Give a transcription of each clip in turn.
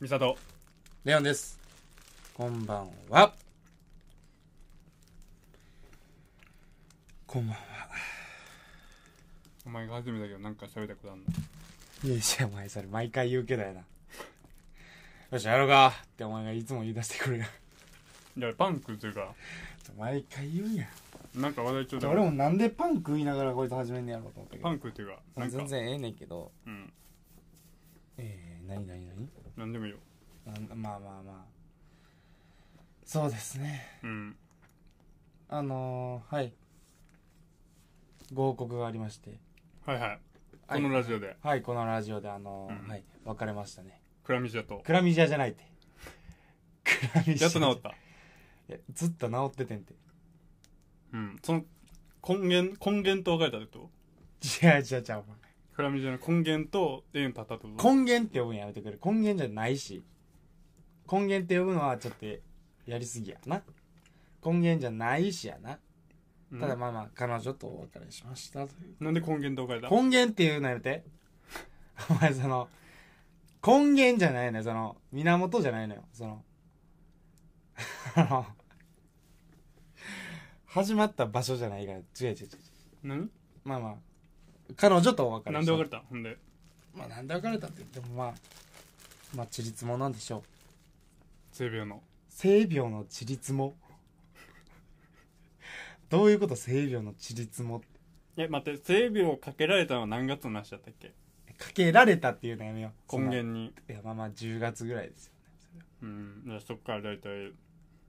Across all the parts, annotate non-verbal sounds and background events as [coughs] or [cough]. ミサトレオンです。こんばんは。こんばんは。お前が初めてだけどなんか喋ったことあんのいやいや、お前それ毎回言うけどやな。よし、やろうかってお前がいつも言い出してくるやん。いやパンクっていうか毎回言うやん。なんか話題ちょうだ俺もなんでパン食いながらこいつ始めんねやろうと思ったけパど。ンクっていうかまなあんか全然ええねんけど。うんえー、なになになになんでもいいよなんまあまあまあ。そうですね。うんあのー、はい。ご報告がありまして。はいはいはいこのラジオではい、このラジオであのーうんはい、別れましたね。クラミジアとクラミジアじゃないって。クラミジア。やっと治ったいやずっと治っててんて。うんその根源根源と別れたってこと違う違う違う。クラミジアの根源と縁立ったってこと根源って呼ぶんやめてくれ。根源じゃないし。根源って呼ぶのはちょっとやりすぎやな。根源じゃないしやな。うんただまあまあ、彼女とお別れしましたという。なんで根源と別れた根源っていうのやめて。 [laughs] お前その、根源じゃないのよ。その、源じゃないのよ。その、 [laughs] あの、始まった場所じゃないから、違う違う違う。何まあまあ、彼女とお別れした。なんで別れたほんでまあなんで別れたって言ってもまあ、まあ、ちりつもなんでしょう。性病の性病のちりつも。 [laughs] どういうこと性病のちりつもってえ待って性病をかけられたのは何月の話だったっけかけられたっていうのやめよう。根源にそんないや、まあまあ10月ぐらいですよね。うんだからそっから大体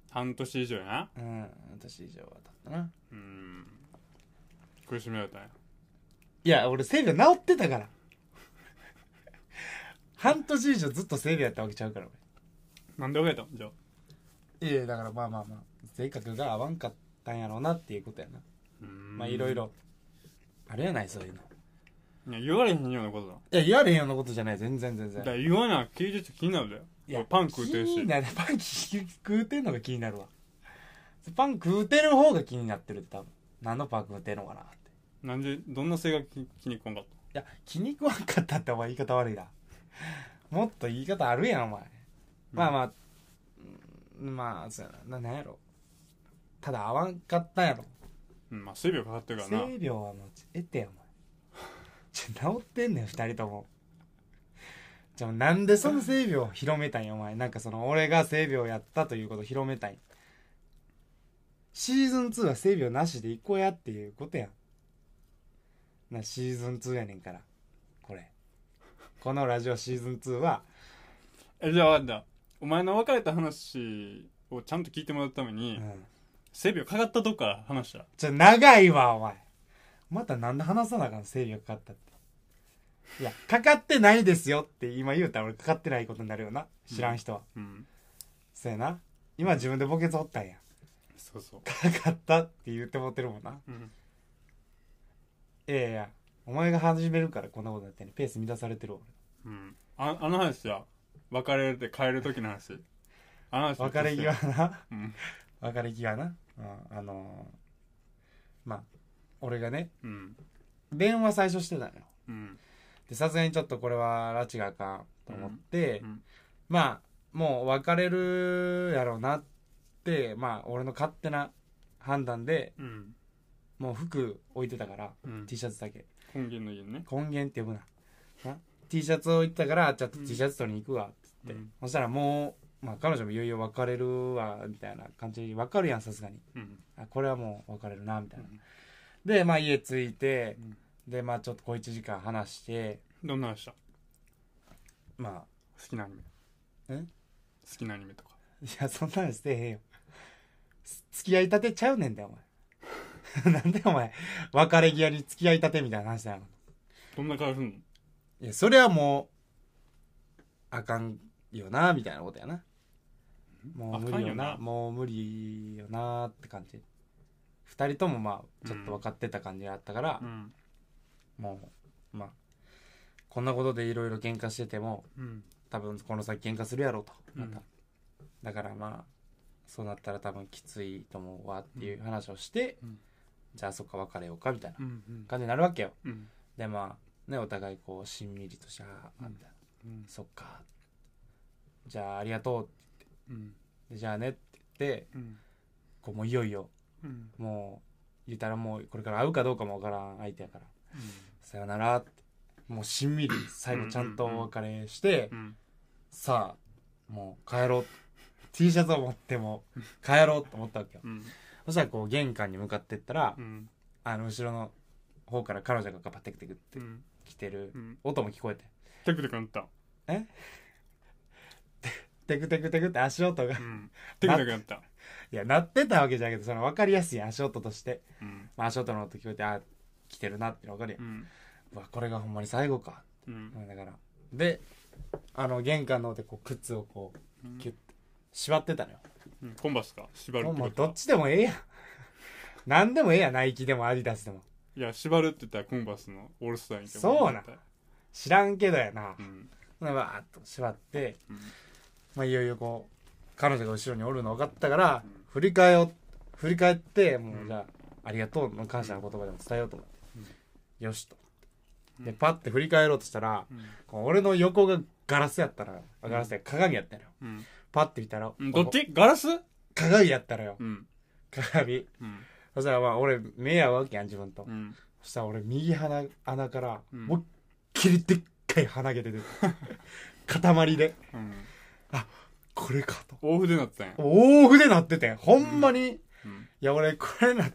半年以上やなそれうん、私以上は経ったな。うん苦しめられたんやいや、俺性病治ってたから。 [laughs] 半年以上ずっと性病やったわけちゃうから、なんで別れたんじゃあ俺。いや、だからまあまあまあ、性格が合わんかったんやろうなっていうことやな。うんまあいろいろ。あれやない、そういうの。いや言われへんようなことだいや、言われへんようなことじゃない、全然全だ然か。ら言わな聞いてて気になるでいや俺パン食うてる気にしなるパン食うてんのが気になるわ。パン食うてる方が気になってるって多分。何のパン食うてんのかなって。なんでどんな性格気気にこんかったいや、気に食わんかったってお前言い方悪いな。もっと言い方あるやん、お前。まあまあ、うんまあ、そうやな。な、なんやろ。ただ合わんかったんやろ。うんまあ性病かかってるからな性病はもう、えってや、お前。ちょ、治ってんねん、二人とも。じゃあ、なんでその性病を広めたんや、お前。なんかその、俺が性病やったということを広めたんや。シーズン2は性病なしで行こうやっていうことやん。な、シーズン2やねんから。これ。このラジオシーズン2は、えじゃあわかったお前の別れた話をちゃんと聞いてもらうためうにん。性病かかったとこから話したらちょ、長いわ、お前。またなんで話さなあかん、性病かかったって。いや、かかってないですよって今言うたら俺かかってないことになるよな。知らん人は。うんそうやな。今自分でボケツおったんや。そうそうかかったって言ってもってるもんな。うんいやいや、お前が始めるからこんなことになってんねペース乱されてるわ。うんああの話や別れて帰る時の話あの話俺別れ際な。うん別れ際な。うん、あのー、まあ、俺がね、うん電話最初してたのよ。うんで、さすがにちょっとこれは拉致があかんと思って、うんまあ、もう別れるやろうなって、まあ、俺の勝手な判断で、うんもう服置いてたから、うん、 T シャツだけ。根源の家にね根源って呼ぶな。な T シャツ置いてたから、ちょっとうん T シャツ取りに行くわ、つって。うんそしたらもう、まあ、彼女もいよいよ別れるわ、みたいな感じに、分かるやん、さすがに。うんあ、これはもう別れるな、みたいな。うんで、まあ、家着いてう、んで、まあ、ちょっと小一時間話して、どんな話した好まあ、きなアニメえ好きなアニメとかいや、そんなのしてへんよ。す付き合いたてちゃうねんだよ、お前。 [laughs] なんでお前、別れ際に付き合いたてみたいな話だよ。どんな顔すんのいや、それはもう、あかんよな、みたいなことやな。もう無あかん理よよな、なもう無理よなって感じ。二人ともまあ、ちょっと分かってた感じがあったから、うんもう、まあ、こんなことでいろいろ喧嘩してても、うん多分この先喧嘩するやろうとまた、うんだからまあそうなったら多分きついと思うわっていう話をして、うんじゃあそっか別れようかみたいなうんうん感じになるわけようんでまあねお互いこうしんみりとしてああみたいな、うんそっかじゃあありがとうってうんでじゃあねって言ってうんこうもういよいようんもう言ったらもうこれから会うかどうかもわからん相手やからさよならってもうしんみり最後ちゃんとお別れしてうんさあもう帰ろう T シャツを持っても帰ろうと思ったわけようんそしたらこう玄関に向かってったらうんあの後ろの方から彼女がパテクテクってうん来てるうん音も聞こえてテクテクなったテクテクテクって足音うがい [laughs] んテクテクなったや鳴ってたわけじゃなくてその分かりやすい足音として、うんまあ、足音の音聞こえてあ来てるなっての分かるやんうんうわこれがほんまに最後かうんだからであの玄関の方でこう靴をこううんキュッ縛ってたのようんコンバスか縛るもっうてもこうどとっちでもええやん何でもええやんナイキでもアディダスでもいや縛るって言ったらコンバスのオールスターにそうなん知らんけどやなうんわーっと縛って、うんまあ、いよいよこう彼女が後ろにおるの分かったから、うん振り返よ振り返ってもううんじゃあ、ありがとうの感謝の言葉でも伝えようと思って、よしとうんでパッて振り返ろうとしたら、うんこう俺の横がガラスやったらガラスや鏡やったのようんパッて見たら、うんどっちガラス鏡やったのようん鏡うんそしたらまあ俺目合うわけやん自分と、うんそしたら俺右鼻穴からうん思いっきりでっかい鼻 [laughs] 毛出てる塊でうんこれかと大筆なったんや大筆なっててんほんまに、いうんや俺これな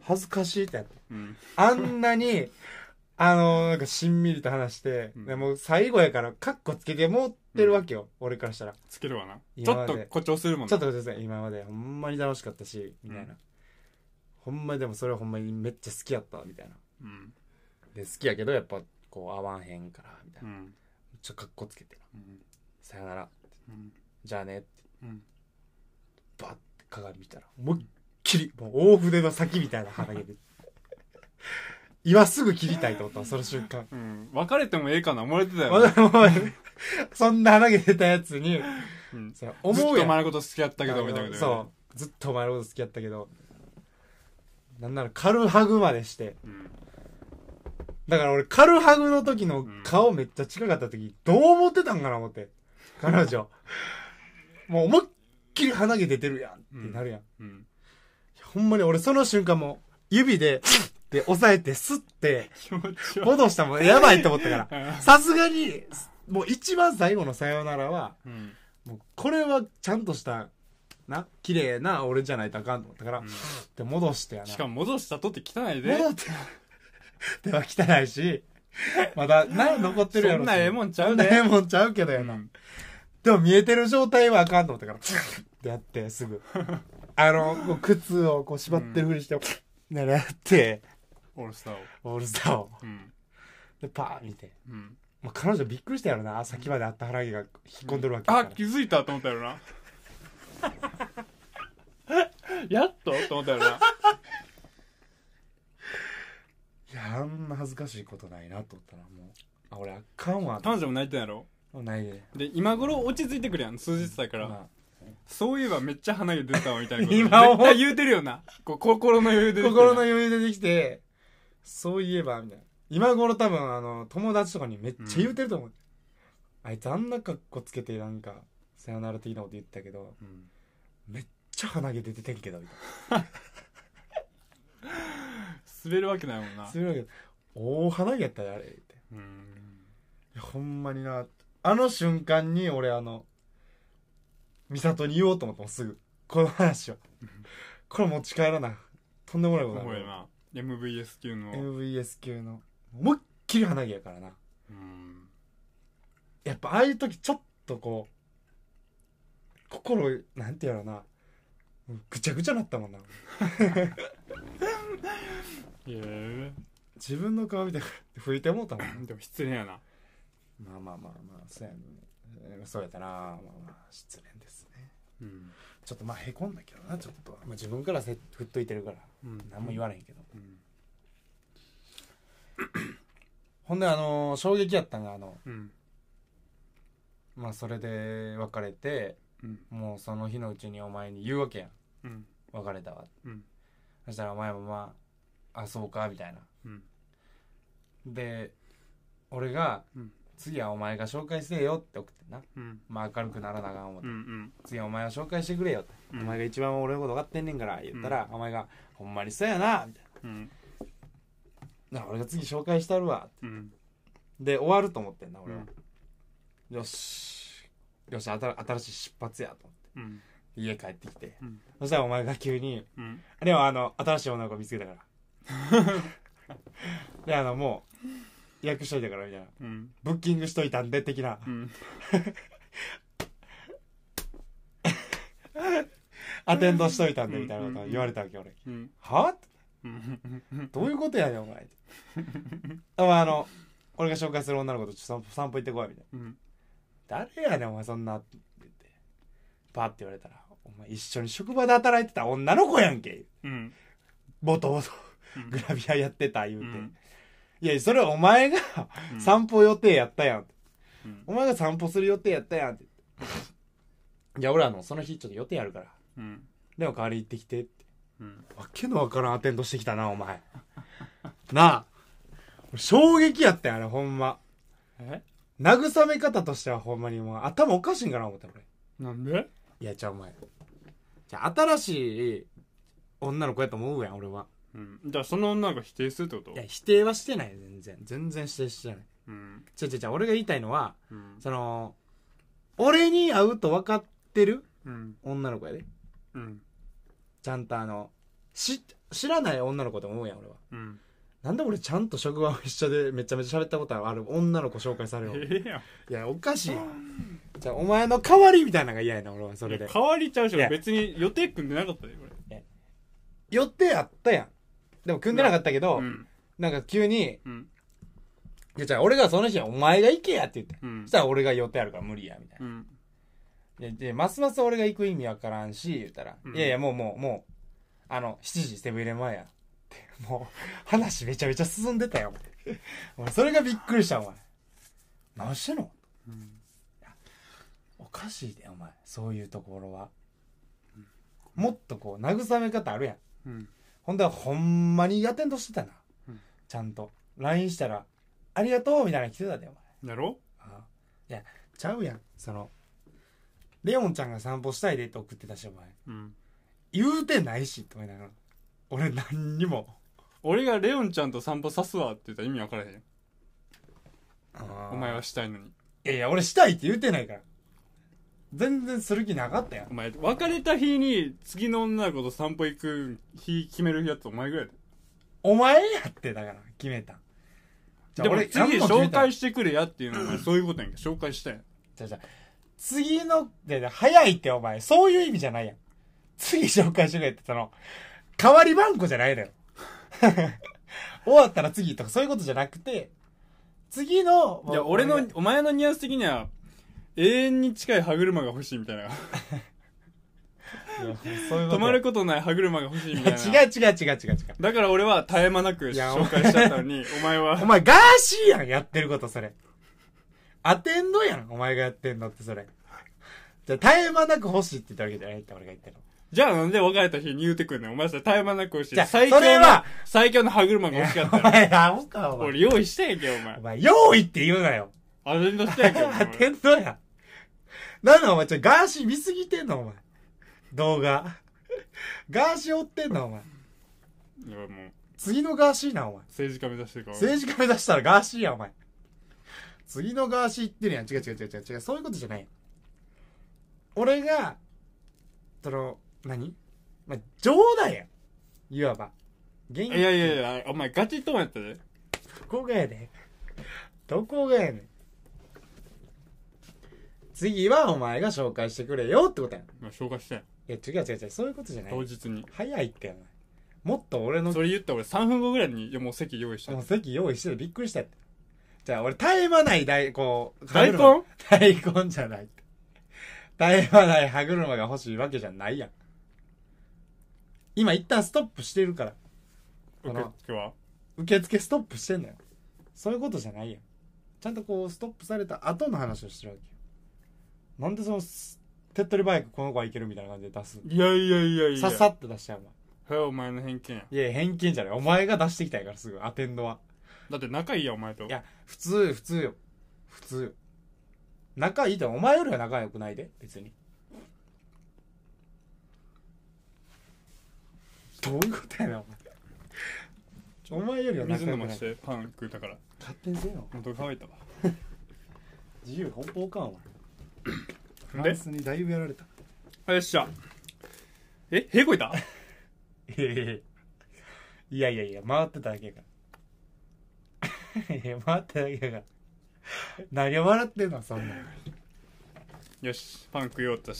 恥ずかしいってやってうんあんなに [laughs] あのなんかしんみりと話して、うんでもう最後やからカッコつけて持ってるわけよ、俺からしたらつけるわなち今ょまっでと誇張するもんちょっなと待ってください今までほんまに楽しかったしみたいな、うんほんまにでもそれはほんまにめっちゃ好きやったみたいなうんで好きやけどやっぱこう合わんへんからみたいうな、んちょっとかっこつけてうんさよならうんじゃあねってうんバッて鏡見たら思いっきりもう大筆の先みたいな鼻毛で [laughs] 今すぐ切りたいと思ったわその瞬間うん別れてもええかな思われてたよなわざわざそんな鼻毛出たやつにうんそれずっ思うとやおん前のこと好きやったけどみたいなこと言われてそうずっとお前のこと好きやったけどなんなら軽ハグまでしてうんだから俺、カルハグの時の顔めっちゃ近かった時、どう思ってたんかな思って。[laughs] 彼女。もう思いっきり鼻毛出てるやんってなるやん。うんほんまに俺その瞬間も、指で、で押さえて、吸って、気持ち悪い戻したもん、やばいと思ったかうら。んさすがに、もう一番最後のさよならは、うんもうこれはちゃんとした、な、綺麗な俺じゃないとあかんと思ったから、で戻してやな。しかも戻したとって汚いで戻って、では汚いし、まだ、な、残ってるやろそんなええもんちゃそうんなでええもんちゃうけどやな。でも見えてる状態はあかんと思ったから、ってやって、すぐ。あの、こう靴をこう縛ってるふりして、ならやって、オールスターをオールスターを。うんで、パーン見て。うんまあ、彼女びっくりしたやろな。さっきまであった腹毛が引っ込んでるわけだあから。気づいたと思ったよな [laughs] やっとと思ったよないや、あんな恥ずかしいことないなと思ったら、もう。あ、俺あかんわ。彼女も泣いてんやろないで。で今頃落ち着いてくるやん数日だから、まそういえばめっちゃ鼻毛出たわみたいなこと今思う絶対言うてるよなこう心の余裕あで心の裕余裕でできて、そういえば、みたいな。今頃多分、あの、友達とかにめっちゃ言ってると思う。あいつあんな格好つけて、なんか、さよなら的なこと言ってたけど、めっちゃ鼻毛出ててんけど、みたい滑るわけないもんな。なするわけで大鼻毛やったらあれ、って。うんいやほんまにな、あの瞬間に俺あの、美里に言おうと思ったもん、すぐ。この話を。これ持ち帰らな。とんでもないことすになごいる。な MVS 級の、 MVS 級の。思いっきり鼻毛やからな。うんやっぱああいう時ちょっとこう心なんてやろうなぐちゃぐちゃなったもんなへえ自分の顔見て拭いてもうたもんなでも失礼やなまあまあまあまあそうやねうんそうやったなまあまあ失恋ですねうん、ちょっとまあへこんだけどなちょっとは、まあ、自分からせ振っといてるからうん何も言われへんけど、うんほんであのー衝撃やったんがあのうんまあそれで別れてうんもうその日のうちにお前に言うわけやんうん別れたわうんそしたらお前もまああそうかみたいなうんで俺がうん次はお前が紹介せえよって送ってんな、うんまあ、明るくならなあかん思って、うん次はお前が紹介してくれよって、うんお前が一番俺のこと分かってんねんから言ったら、お前が「ほんまにそうやな」みたいうんななあ俺が次紹介したるわうんで終わると思ってんなう俺は、んよしよしあた新しい出発やと思ってうん家帰ってきて、うんそしたらお前が急にうん「でもあの新しい女の子見つけたから」 [laughs] であのもう予約しといたからみたいなうんブッキングしといたんで的なうんアテンドしといたんでみたいなことを言われたわけ俺、うんはあうんどういうことやねん [laughs] お前ってあまああの俺が紹介する女の子とちょっと散歩行ってこいみたいうんな誰やねんお前そんなって言ってパッて言われたらお前一緒に職場で働いてた女の子やんけうんボトボトうんグラビアやってた言ううて、んいやそれお前がうん散歩予定やったやんうんお前が散歩する予定やったやんって言っていや俺あのその日ちょっと予定あるからうんでも代わり行ってきてってうんわけのわからんアテンドしてきたなお前なあ俺衝撃やったよあれほんまえ慰め方としてはほんまにもう頭おかしいんかな思った俺なんでいやじゃあお前じゃあ新しい女の子やと思うやん俺はうんじゃあその女の子否定するってこといや否定はしてない全然全然否定してないうん違う違う違う俺が言いたいのはうんその俺に会うと分かってるうん女の子やでうんちゃんとあのし知らない女の子と思うやん俺はうんなんで俺ちゃんと職場を一緒でめちゃめちゃ喋ったことある女の子紹介されえるえやんいやおかしいやんじゃあお前の代わりみたいなのが嫌やな俺はそれいでや変わりちゃうしいや別に予定組んでなかったでこれ予定あったやんでも組んでなかったけど、うんなんか急にうん「いやじゃあ俺がその日はお前が行けや」って言ってうんそしたら俺が予定あるから無理やみたいうんな、いやでますます俺が行く意味わからんし言ったら、うんいやいやもうもうもうあの7時セブンイレブン前や」って [laughs] もう話めちゃめちゃ進んでたよ [laughs] 俺それがびっくりしたお前何してんのうんおかしいでお前そういうところは、もっとこう慰め方あるやんうんほんでほんまにアテンドしてたな、うんちゃんと LINE したら「ありがとう」みたいなの来てたでお前やろあいやちゃうやんそのレオンちゃんが散歩したいでって送ってたしお前うん言うてないしと思いながら俺何にも俺がレオンちゃんと散歩さすわって言ったら意味わからへんおお前いはしたいのにやいや俺したいって言うてないから全然する気なかったやんお前別れた日に次の女の子と散歩行く日決めるやつお前ぐらいお前やってだから決めたででも次何紹決めた介してくれやっていうのはお前そういうことやんか紹介したやんじゃあじゃあ次の、でで早いってお前、そういう意味じゃないやん。次紹介してくれってその、代わり番号じゃないのよ。 [laughs] 終わったら次とかそういうことじゃなくて、次の、いや俺おの前がお前のニュアンス的には永遠に近い歯車が欲しいみたいないやそういうこと止まることない歯車が欲しいみたいない [laughs] や違う違う違う違う違う。だから俺は絶え間なくいやお紹介しちゃったのにお前おは前ガーシーやん、やってることそれ。アテンドやん、お前がやってんのってそれ。じゃあ、絶え間なく欲しいって言ったわけじゃないって俺が言ってるの。じゃあなんで別れた日に言うてくんねんお前さ絶え間なく欲しじゃいあ最強それのは最強の歯車が欲しかったおら前、アホか、お前。俺用意したやんけおお前前、用意って言うなよ。アテンドしたやんけお前 [laughs] 天童や。なんだお前、ちょ、ガーシー見すぎてんのお前。動画。ガーシー追ってんのお前。いやもう次のガーシーな、お前。政治家目指してるから俺政治家目指したらガーシーや、お前。次のガーシー言ってるやん。違う違う違う違う違う。そういうことじゃないよ俺が、その、何まあ、冗談やん。いわば。現いやいやいや、お前ガチトーンやったで。どこがやねん。どこがやねん。次はお前が紹介してくれよってことやん。まあ、紹介したやん。いや、違う違う違う、そういうことじゃない当。日に。早いってやない。もっと俺の、それ言ったら俺3分後ぐらいに、いやもう席用意したもう。席用意しててびっくりしたって。じゃあ俺、絶え間ない大、こう、大根歯車大根じゃないって。絶え間ない歯車が欲しいわけじゃないやん。今一旦ストップしてるから。受付は。受付ストップしてんのよそういうことじゃないやんちゃんとこうストップされた後の話をしてるわけよなんでそのす手っ取り早くこの子はいけるみたいな感じで出すいやいやいやいや。ささっと出しちゃうそれはお前の偏見や。お前いや偏見じゃないお前が出してきたんやからすぐアテンドはだって仲いいや、お前と。いや普通普通よ普通よ仲いいってお前よりは仲良くないで別にどういうことやねんお前お前よりは仲水良飲くなまいしてパン食うたから勝手にせよ喉乾いたわ自由奔放かお前フでランスにだいぶやられたよっしゃえ屁こいたいやいやいやいやいやいや回ってただけやから [laughs] いや回ってただけやから何を笑ってんのそんなんよよしパン食い終わったし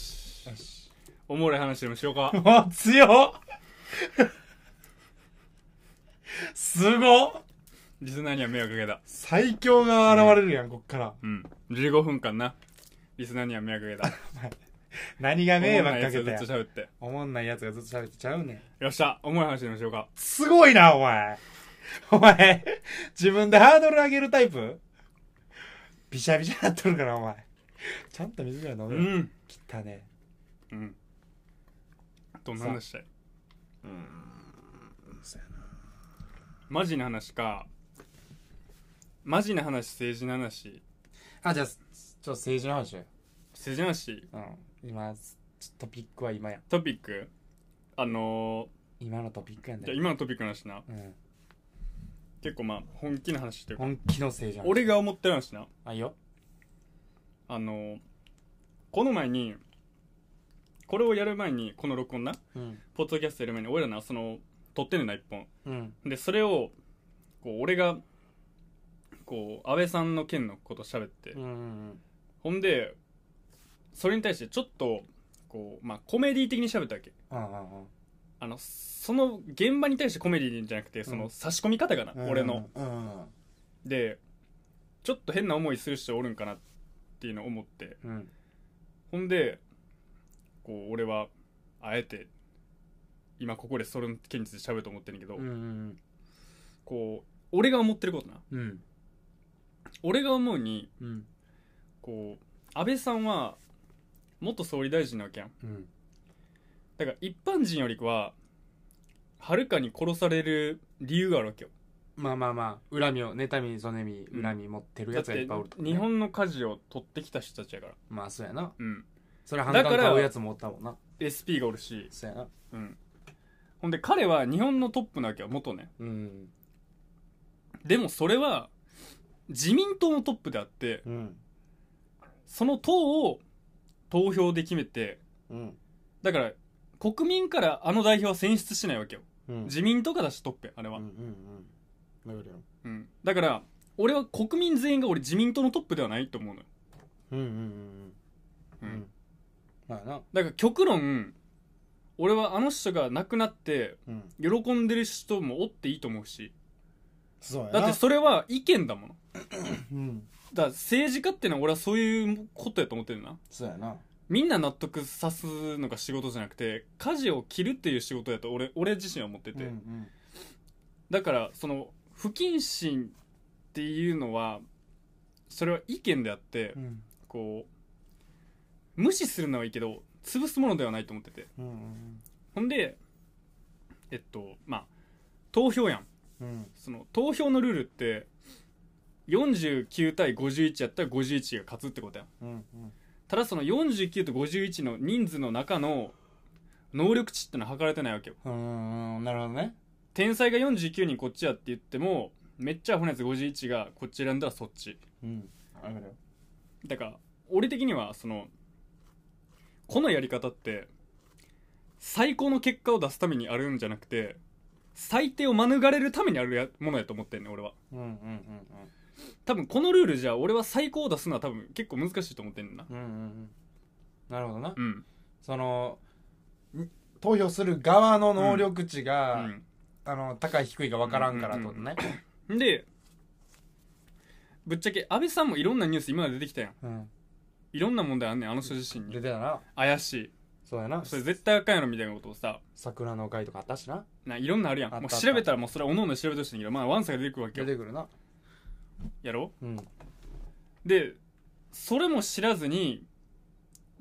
しおもろい話でもしようか [laughs] もう強っすごっリスナーには迷惑かけた最強が現れるやん、こっから。うん15分間なリスナーには迷惑かけた何が [laughs] 迷惑かおけもんなたいややつをずっと喋っておもんないやつがずっと喋ってちゃうねん。よっしゃおもろい話でもしようかすごいな、お前。お前、自分でハードル上げるタイプびしゃびしゃなっとるから、お前。ちゃんと水ぐらい飲うむ。ん切ったね。うんどんな話したいマジな話かマジな話政治の話あ、じゃあ、ちょっと政治の話よ政治の話うん。今、ちょトピックは今や。トピックあの今のトピックやーんだじゃあよ。今のトピックの話なうん。結構まあ本気の話というか本気の政治の話。俺が思ってる話なあ、いいよ。あのーこの前にこれをやる前にこの録音なうん。ポッドキャストやる前に俺らなその撮ってんねんな一本うん。でそれをこう俺がこう安倍さんの件のこと喋って、うんうんほんでそれに対してちょっとこうまあコメディ的に喋ったわけうん。うんうんうん。あのその現場に対してコメディじゃなくてその差し込み方かな、俺の、うんうんでちょっと変な思いする人おるんかなっていうのを思ってうんうんほんでこう俺はあえて今ここでそれの件について喋ると思ってんねんけど、うんこう俺が思ってることなうん俺が思うにうんこう安倍さんは元総理大臣なわけやんうんだから一般人よりははるかに殺される理由があるわけよまあまあまあ恨みを妬み憎み恨み持ってるだやっつがいてっぱいおるとかね日本の舵を取ってきた人たちやからまあそうやなうんそれは反感だから買うやつもおったもんな SP がおるしそうやなうんほんで彼は日本のトップなわけよ元ねうんでもそれは自民党のトップであってうんその党を投票で決めてうんだから国民からあの代表は選出しないわけようん自民党が出したトップやあれうんは、ううんんうんわかるよだから俺は国民全員が俺自民党のトップではないと思うのよ、うんうんうんううんんまあなだから極論俺はあの人が亡くなってうん喜んでる人もおっていいと思うしそうやなだってそれは意見だものうんだから政治家ってのは俺はそういうことやと思ってるなそうやなみんな納得さすのが仕事じゃなくて舵を切るっていう仕事やと俺俺自身は思ってうんて、うんだからその不謹慎っていうのはそれは意見であって、うんこう無視するのはいいけど潰すものではないと思っててうんうんほんでえっとまあ投票やんうんその投票のルールって49対51やったら51が勝つってことやんうんうんただその49と51の人数の中の能力値ってのは測れてないわけようんうんなるほどね天才が49人こっちやって言ってもめっちゃアホなやつ51がこっち選んだらそっちうんわかるよだから俺的にはそのこのやり方って最高の結果を出すためにあるんじゃなくて最低を免れるためにあるやものやと思ってんねん俺はうんうんうん多分このルールじゃ俺は最高を出すのは多分結構難しいと思ってんねんなうんうんうんなるほどなうんそのん投票する側の能力値うが、んあの高い低いが分からんからってことね、でぶっちゃけ安倍さんもいろんなニュース今まで出てきたやんうんいろんな問題あんねんあの人自身出にてたな怪しいそうやなそれ絶対あかんやろみたいなことをさ桜の会とかあったしなないろんなあるやんあったもうあった調べたらもうそれはおのおの調べてほしいんだけどまあワンサが出てくるわけ出よてくるなやろうんでそれも知らずに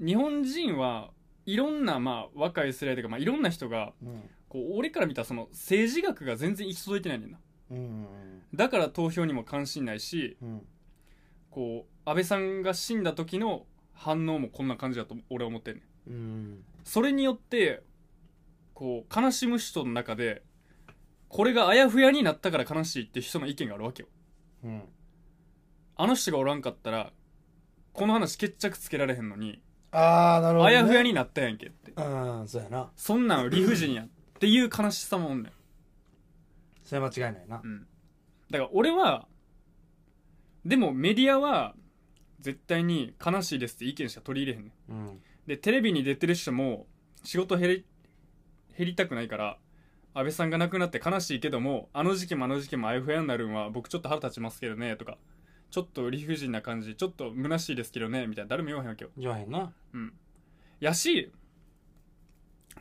日本人はいろんな、まあ、若い世代というか、まあ、いろんな人がうんこう俺から見たその政治学が全然行き届いてないねんなうんだから投票にも関心ないしうんこう安倍さんが死んだ時の反応もこんな感じだと俺は思ってんねんうんそれによってこう悲しむ人の中でこれがあやふやになったから悲しいって人の意見があるわけようんあの人がおらんかったらこの話決着つけられへんのに、ああなるほど、あね、やふやになったやんけってうんそうやなそんなん理不尽やっていう悲しさもおんねん、それは間違いないなうん、だから俺はでもメディアは絶対に悲しいですって意見しか取り入れへんねんうんでテレビに出てる人も仕事減り減りたくないから安倍さんが亡くなって悲しいけどもあの時期もあの時期もあやふやになるんは僕ちょっと腹立ちますけどねとかちょっと理不尽な感じちょっと虚しいですけどねみたいな誰も言わへんわけよ言わへんなうんやし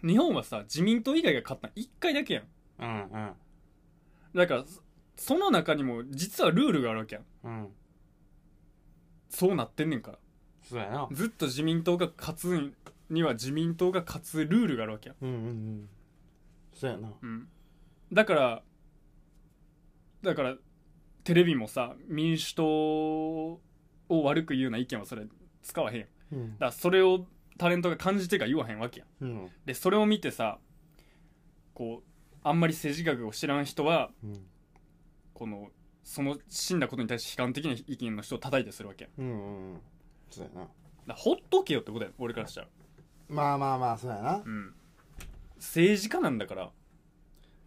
日本はさ自民党以外が勝ったの1回だけやんうんうんだからそその中にも実はルールがあるわけやんうんそうなってんねんからそうやなずっと自民党が勝つには自民党が勝つルールがあるわけやんうんうんうんそうやなうん、だからだからテレビもさ民主党を悪く言うような意見はそれ使わへんやんだかうんらそれをタレントが感じてるから言わへんわけやんうんでそれを見てさこうあんまり政治学を知らん人はうんこのその死んだことに対して悲観的な意見の人を叩いてするわけやんうんうんうんそうやなだからほっとけよってことやん俺からしたらまあまあまあそうやなうん政治家なんだから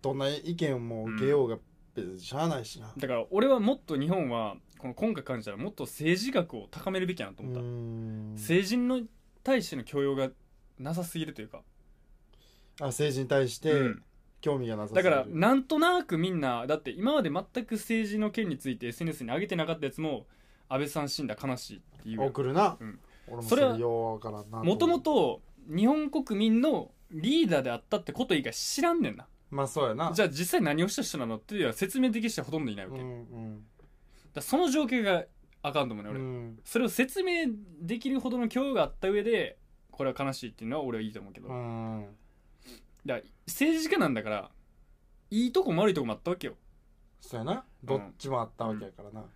どんな意見も受けようが別にしゃあないしなだから俺はもっと日本はこの今回感じたらもっと政治学を高めるべきやなと思った、うん成人の対しての教養がなさすぎるというか、あ政治に対してうん興味がなさすだぎるからなんとなくみんなだって今まで全く政治の件について SNS に上げてなかったやつも安倍さん死んだ悲しいっていう送るな、うん俺もそそれはれようからんなもともとと日本国民のリーダーであったってこと以外知らんねんなまあそうやなじゃゃあ実際何をした人なのっていうのは説明できる人はほとんどいないわうけ、だかんらその状況があかんと思うねう俺、んそれを説明できるほどの教養があった上でこれは悲しいっていうのは俺はいいと思うけど、うんうんだから政治家なんだからいいとこも悪いとこもあったわけよそうやなどっちもあったわけやからな、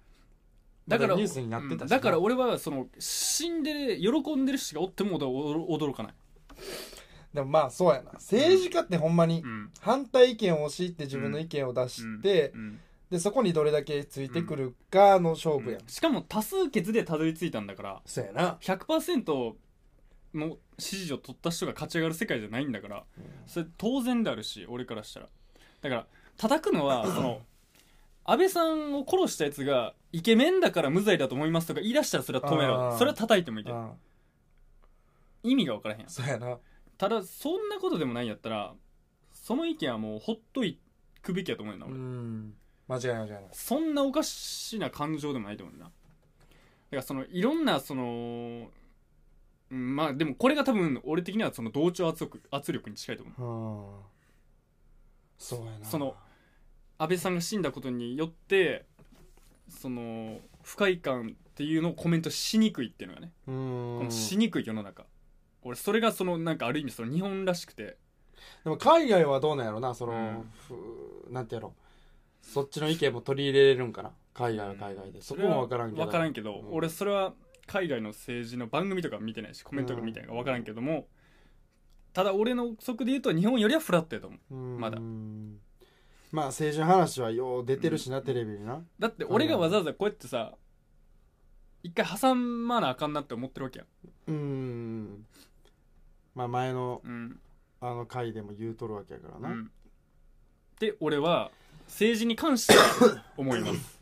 だからニュースになってたしな、うんだから俺はその死んで喜んでる人がおっても俺は驚かない、でもまあそうやな政治家ってほんまにうん反対意見を押し入って自分の意見を出して、うんでそこにどれだけついてくるかの勝負やん、しかも多数決でたどり着いたんだからそうやな100%の支持を取った人が勝ち上がる世界じゃないんだからそれ当然であるし俺からしたらだから叩くの [coughs] はその安倍さんを殺したやつがイケメンだから無罪だと思いますとか言い出したらそれは止めあろーそれは叩いてもいいけうどん意味が分からへんやんそうやなただそんなことでもないんやったらその意見はもうほっといくべきやと思うよなう俺、ん間違いない間違いないそんなおかしな感情でもないと思うなだからそのいろんなそのうんまあでもこれが多分俺的にはその同調圧力圧力に近いと思ううんそうやなその安倍さんが死んだことによってその不快感っていうのをコメントしにくいっていうのがね、うんこのしにくい世の中俺それがそのなんかある意味その日本らしくてでも海外はどうなんやろなその、うんふなんてやろそっちの意見も取り入れれるんかな海外は海外で、そこも分からんけど分からんけど、うん俺それは海外の政治の番組とか見てないしコメントとか見てないから分からんけども、ただ俺の憶測で言うと日本よりはフラットやと思ううんまだまあ政治の話はよう出てるしな、テレビになだって俺がわざわざこうやってさ一回挟まなあかんなって思ってるわけやうんまあ前のんうん、あの回でも言うとるわけやからうな、ん、で俺は政治に関しては思います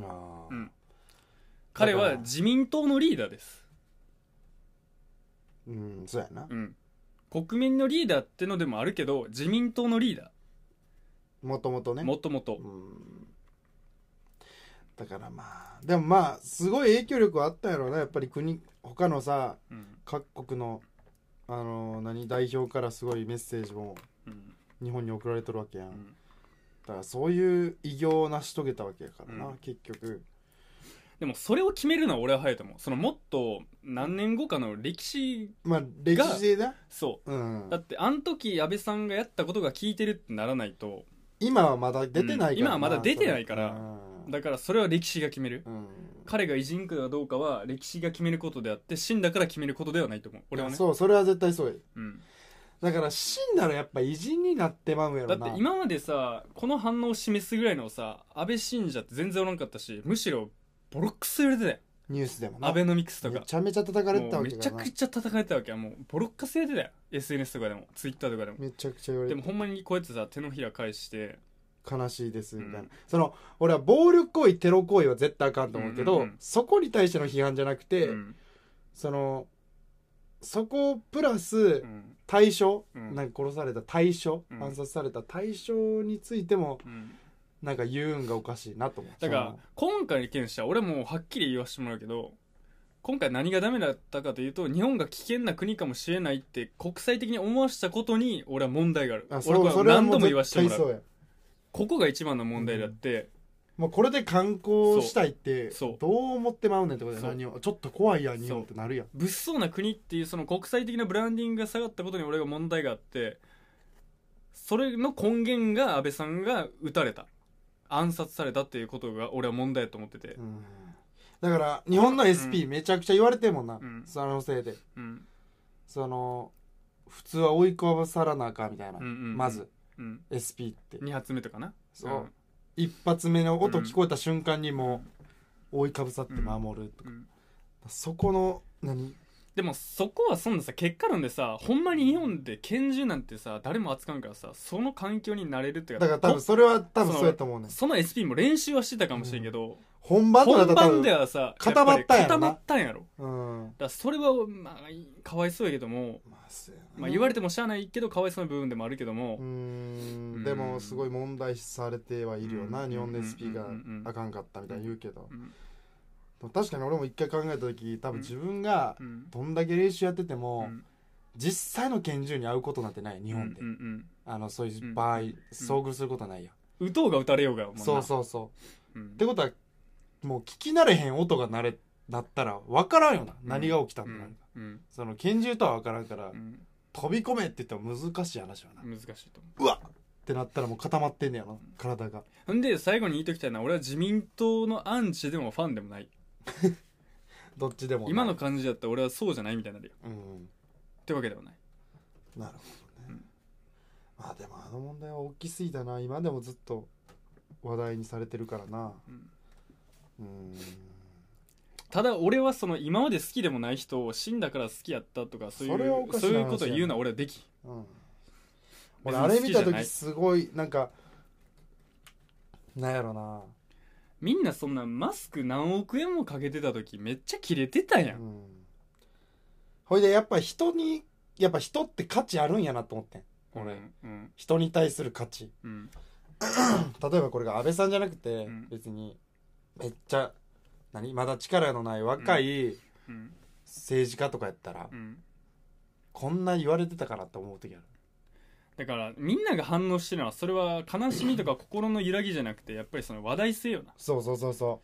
ああ、うん彼は自民党のリーダーです、うんそうやなうん、国民のリーダーってのでもあるけど自民党のリーダもともとねーもともとうんだからまあでもまあすごい影響力はあったやろうなやっぱり国他のさうん各国のあの何代表からすごいメッセージもうん日本に送られてるわけやん、うんだからそういう偉業を成し遂げたわけやからな、うん結局でもそれを決めるのは俺は早いと思うそのもっと何年後かの歴史まあ歴史でなそうんうだってあの時安倍さんがやったことが効いてるってならないと今はまだ出てないからな、うん今はまだ出てないからうんだからそれは歴史が決めるうん彼が偉人かどうかは歴史が決めることであって死んだから決めることではないと思う俺はねそうそれは絶対そうやうん、だから死んだらやっぱ偉人になってまうんやだろっなて今までさこの反応を示すぐらいのさ安倍信者って全然おらんかったしむしろボロックス言われてニュースでもたよアベノミクスとめかちゃめちゃ叩かれてたもうわめけだちゃなくちゃ叩かれてたわけやもうボロッカス言われてたよ SNS とかでも Twitter とかでもめちゃくちゃ言われでてもほんまにこうやってさ手のひら返して悲しいですみたいな、うんその俺は暴力行為テロ行為は絶対あかんと思うけど、うんうんうんそこに対しての批判じゃなくて、うんそのそこプラスうん対象、うんなんか殺された対象、うん暗殺された対象についてもうんなんか言うんがおかしいなと思うだから今回の件者俺もうはっきり言わせてもらうけど今回何がダメだったかというと日本が危険な国かもしれないって国際的に思わせたことに俺は問題があるそのあそ俺うはそれは何も度うも言わ絶せて対もらそううやここが一番の問題だって、もうこれで観光したいってそうどう思ってまうねんってことそやうな日本ちょっと怖いやんそう日本ってなるやん物騒な国っていうその国際的なブランディングが下がったことに俺が問題があってそれの根源が安倍さんが撃たれた暗殺されたっていうことが俺は問題だと思っててうんだから日本の SP めちゃくちゃ言われてんもんな、うんそのせいでうんその普通は追いこさらなあかんみたいな、うんうんうんまずうん、 SP って2発目とかなそう、一発目の音聞こえた瞬間にもう覆いかぶさって守るとうか、んうんそこの何でもそこはそんなさ結果論でさほんまに日本で拳銃なんてさ誰も扱うからさその環境になれるっていうだから多分それは多そ分のそうやと思うねんその SP も練習はしてたかもしれんけど、本番とか本だったら多番分ではさ固まったんやっぱやろなり固まったんやろだかうんらそれはまあかわいそうやけどもまあそうやなまあ、言われてもしゃあないけどかわいそうな部分でもあるけども、うーんでもすごい問題視されてはいるよな、うん日本の SP がうんうんうんあかんかったみたいに言うけど、うんでも確かに俺も一回考えた時多分自分がうんどんだけ練習やっててうも、ん実際の拳銃に会うことなんてない日本で、うんうんあのそういう場合、遭遇することはないや、うん、打とうが打たれようがもんなそうそうそううん、ってことはもう聞き慣れへん音が鳴れなったら分からんよな、うん何が起きたんうだなんうんその拳銃とは分からんから、うん飛び込めって言っても難しい話よな、難しいと思うわっってなったらもう固まってんねやろ体がうほんで最後に言いときたいのは俺は自民党のアンチでもファンでもないどっちでもな今の感じだったら俺はそうじゃないみたいになるようんってわけではないなるほどね、まあでもあの問題は大きすぎたな今でもずっと話題にされてるからなうんうんただ俺はその今まで好きでもない人を死んだから好きやったとかそういそれはうおかしそういな話やなうことを言うのは俺はできんうん別俺にあれ見た好きじゃな時いすごいなんかなんやろなみんなそんなマスク何億円もかけてた時めっちゃキレてたやん、うんほいでやっぱ人にやっぱ人って価値あるんやなと思ってん俺、うん人に対する価値うん例えばこれが安倍さんじゃなくて、ん別にめっちゃ何まだ力のない若いうん政治家とかやったら、うんこんな言われてたからって思う時あるだからみんなが反応してるのはそれは悲しみとか心の揺らぎじゃなくてやっぱりその話題性よなそうそうそうそ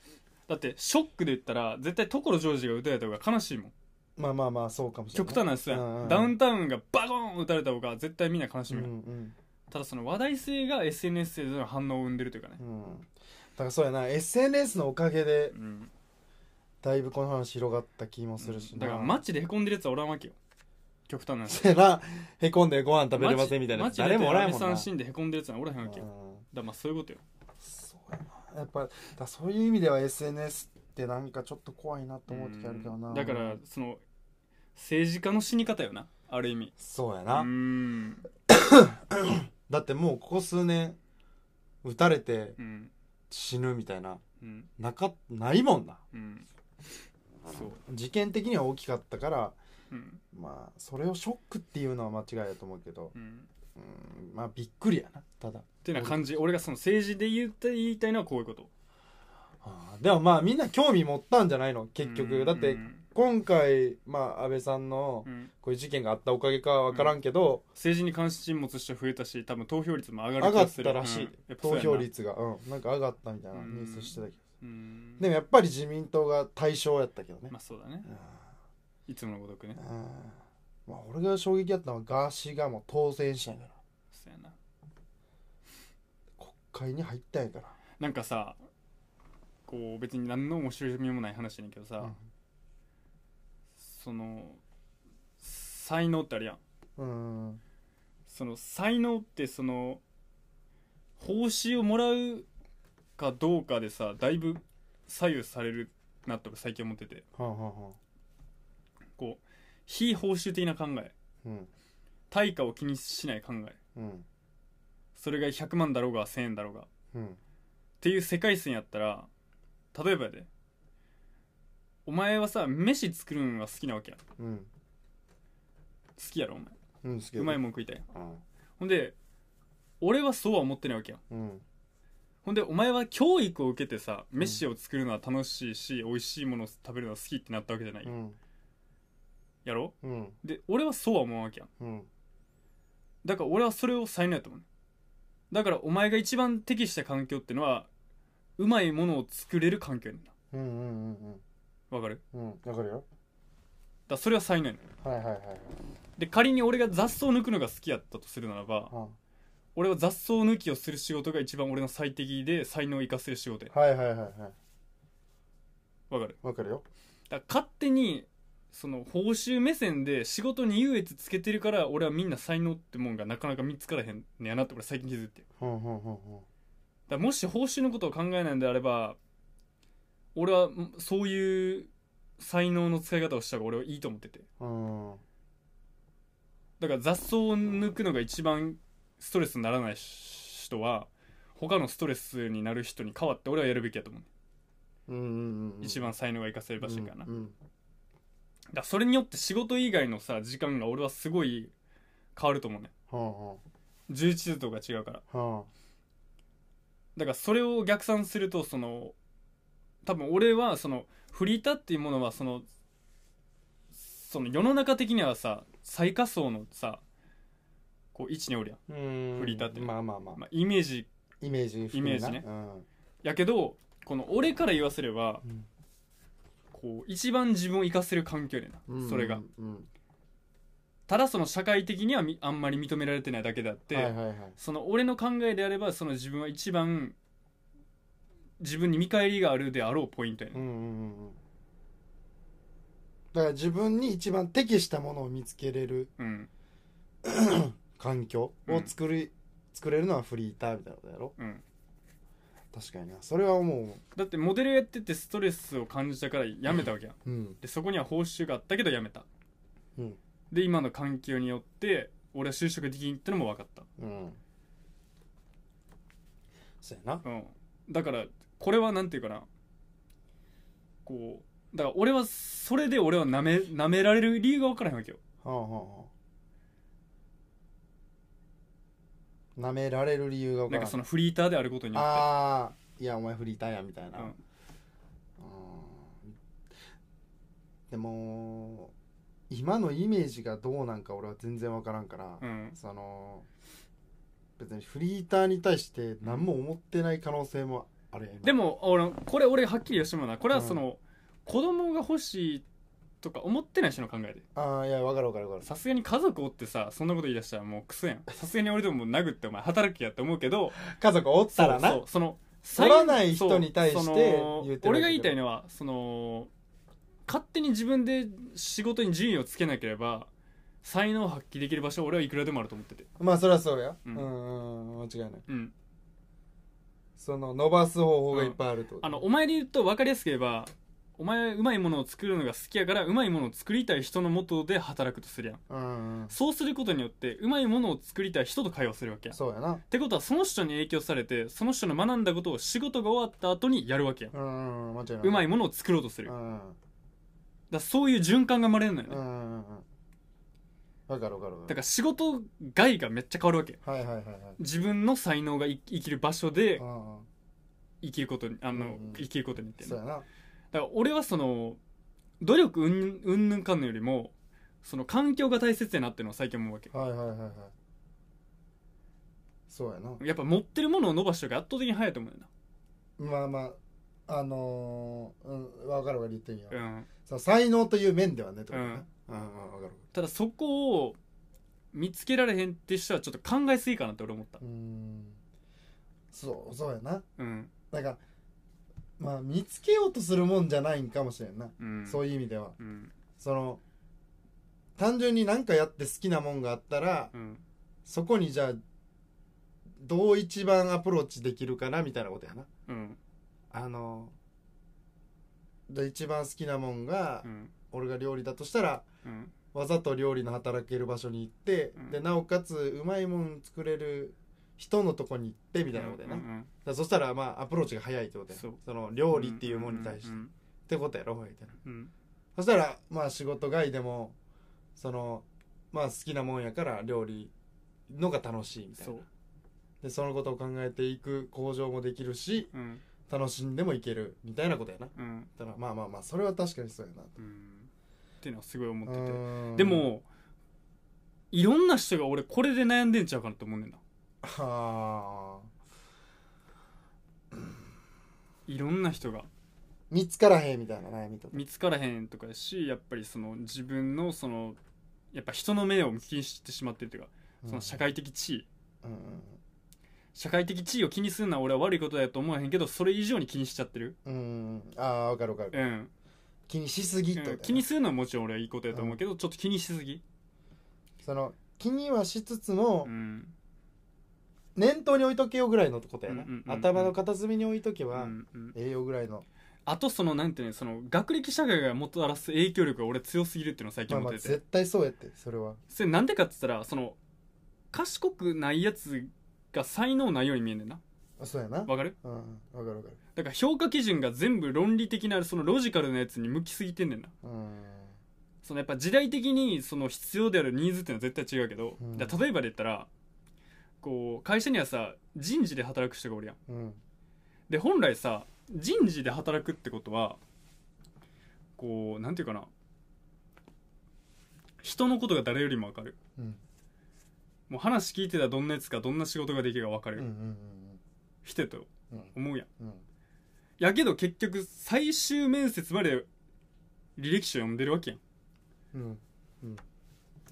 だってショックで言ったら絶対所ジョージが打たれた方が悲しいもんうまあまあまあそうかもしれ極ない端なやつやうんうんうんんダウンタウンがバコーン打たれた方が絶対みんな悲しうんむうよ、んただその話題性が SNS での反応を生んでるというかねうんだからそうやな SNS のおかげでうんだいぶこの話広がった気もするしなだから街でへこんでるやつはおらんわけよ極端なやつそやなへこんでご飯食べれませんみたいなやつ街街誰でもおらんもん安倍なさん死んでへこんでるやつはおらへんわけよだかうんらまあそういうことよそうやなやっぱだからそういう意味では SNS ってなんかちょっと怖いなと思う時あるけどなうんだからその政治家の死に方よなある意味そうやうな、んだってもうここ数年撃たれてうん死ぬみたいなうんなかないもんなうんそう事件的には大きかったからうんまあそれをショックっていうのは間違いだと思うけどうんうんまあびっくりやなただっていうな感じ俺がその政治で言った言いたいのはこういうことあーでもまあみんな興味持ったんじゃないの結局、うんだってうん今回まあ安倍さんのうんこういう事件があったおかげかわからんけど、政治に関心持つ人増えたし多分投票率も上がる上気ががっすたるらしい、うんやっぱそうや投な票率がうんなんか上がったみたいなうんニュースしてたけど、うんでもやっぱり自民党が対象やったけどね、まあそうだねうんいつものごとくねうんまあ、俺が衝撃やったのはガーシーがもう当選したんやからそうやな国会に入ったんやからなんかさこう別に何の面白みもない話やねんけどさ、その才能ってあるやんうんうんその才能ってその報酬をもらうかどうかでさだいぶ左右されるなと最近思っててはあはあはあこう非報酬的な考えうん対価を気にしない考えうんそれが100万だろうが1000円だろうがっうんていう世界線やったら例えばやでお前はさ飯作るんは好きなわけや好うんきやろお前うん好きうまいももん食いたいんほんで俺はそうは思ってないわけやうんほんでお前は教育を受けてさ飯を作るのは楽しいし、美味しいものを食べるのは好きってなったわけじゃない、うんやろうんで俺はそうは思うわけやんうんだから俺はそれを才能やと思うねだからお前が一番適した環境ってのはうまいものを作れる環境やねんなうんうんうんうんわかるうんわかるよだからそれは才能やねんはいはいはいはいで仮に俺が雑草を抜くのが好きやったとするならばは俺は雑草抜きをする仕事が一番俺の最適で才能を生かせる仕事やあはいはいはいはいわかるわかるよだから勝手にその報酬目線で仕事に優越つけてるから俺はみんな才能ってもんがなかなか見つからへんねやなって俺最近気づいてるだかうんうんうんうんらもし報酬のことを考えないんであれば俺はんそういう才能の使い方をした方が俺はいいと思っててうんだから雑草を抜くのが一番ストレスにならないし人は他のストレスになる人に代わって俺はやるべきやと思う、ねうんうんうん一番才能が生かせる場所やからな、うんうんだからそれによって仕事以外のさ時間が俺はすごい変わると思うねはあは11時とか違うからあはだからそれを逆算するとその多分俺はそのフリーターっていうものはそのその世の中的にはさ最下層のさこう位置におるやん、あうん振り立てまあまあまあまあ、イメージイメージ含めなイメージねうんやけどこの俺から言わせればうんこう一番自分を生かせる環境やねんな、うんそれがうんただその社会的にはみあんまり認められてないだけであって、はいはいはいその俺の考えであればその自分は一番自分に見返りがあるであろうポイントやねんうんうんうんうんだから自分に一番適したものを見つけれるうん環境を作り、作れるのはフリーターみたいなことやろうん、確かになそれは思だってモデルやっててストレスを感じたから辞めたわけやんううんでそこには報酬があったけど辞めたうんで今の環境によって俺は就職できんってのも分かっうんそうやなた、うん、だからこれはなんていうかなこうだから俺はそれで俺はなめ舐められる理由が分からへんわけよはあはあはあなめられる理由が分かなんらかそのフリーターであることによってああいやお前フリーターやみたいな、ううんん、でも今のイメージがどうなんか俺は全然分からんから、うんその別にフリーターに対して何も思ってない可能性もあるやん今でも俺これ俺はっきり言うしてもらうなこれはその、子供が欲しいとか思ってない人の考えでああいや分かる分かる分かさすがに家族おってさそんなこと言い出したらもうクソやんさすがに俺でももう殴ってお前働きやって思うけどる家族おったらなそうそうそのおらない人に対してそうその言ってるわけでも俺が言いたいのはその勝手に自分で仕事に順位をつけなければ才能を発揮できる場所は俺はいくらでもあると思っててまあそりゃそうやううんんうんうん間違いないうんその伸ばす方法がいっぱいあるってこと、あのお前で言うと分かりやすく言えばお前はうまいものを作るのが好きやからうまいものを作りたい人のもとで働くとするやんうんうんそうすることによってうまいものを作りたい人と会話するわけやんっそうやなてことはその人に影響されてその人の学んだことを仕事が終わった後にやるわけやんうんうん間違いないうまいもものを作ろうとするうだかんらそういう循環が生まれるのようねんうんうん分かる分かだる分かるから仕事外がめっちゃ変わるわけはいはいはいはい自分の才能がい生きる場所でうんうん生きることにあの、うんうん生きることにってねそうやなだから俺はその努力うんうんぬんかんのよりもその環境が大切やなっていうのを最近思うわけはいはいはいはいそうやなやっぱ持ってるものを伸ばしてるから圧倒的に早いと思うよまあまああのー、うん分かる分かる言ってんよ、な、うん、その才能という面ではねってことねうんうん分かるただそこを見つけられへんって人はちょっと考えすぎかなって俺思ったうーんそうそうやなうんなんかまあ見つけようとするもんじゃないんかもしれんな、うんそういう、いう意味ではうんその単純に何かやって好きなもんがあったらうん、そこにじゃあどう一番アプローチできるかなみたいなことやなうんあので一番好きなもんが、うん俺が料理だとしたらうんわざと料理の働ける場所に行って、うんでなおかつうまいもん作れる人のとこに行ってみたいなことやな、うんだうかんらそしたらまあアプローチが早いってことやそうの料理っていうものに対して、うっんてことやろみたいなうんそしたらまあ仕事外でもそのまあ好きなもんやから料理のが楽しいみたいそなうでそのことを考えていく向上もできるしうん楽しんでもいけるみたいなことやなうんだからまあまあまあそれは確かにそうやなうんっていうのはすごい思っててうーんでもいろんな人が俺これで悩んでんちゃうかなと思うねんなはあいろんな人が見つからへんみたいな悩みとか見つからへんとかやしやっぱりその自分のそのやっぱ人の目を気にしてしまってるというかその社会的地位うんうん社会的地位を気にするのは俺は悪いことだと思わへんけどそれ以上に気にしちゃってるうんうんああわかるわかるうん気にしすぎってことうやんな気にするのはもちろん俺はいいことやと思うけどちょっと気にしすぎその気にはしつつもうん念頭に置いとけよぐらいのことやなうんうんうんうん頭の片隅に置いとけうばんうん栄養ぐらいのあとそのなんていうのその学歴社会がもたらす影響力が俺強すぎるっていうのを最近まあ思まっあてて、絶対そうやってそれはそれなんでかって言ったらその賢くないやつが才能ないように見えんねんなあそうやなわかるうんうんわかるわかるだから評価基準が全部論理的なそのロジカルなやつに向きすぎてんねんなうんそのやっぱ時代的にその必要であるニーズっていうのは絶対違うけど、うんだから例えばで言ったらこう会社にはさ人事で働く人がおるやんうんで本来さ人事で働くってことはこうなんていうかな人のことが誰よりも分かるうんもう話聞いてたらどんなやつかどんな仕事ができるか分かうんる、うん人やとうんうん思うやんうんやけど結局最終面接まで履歴書読んでるわけやんうんうん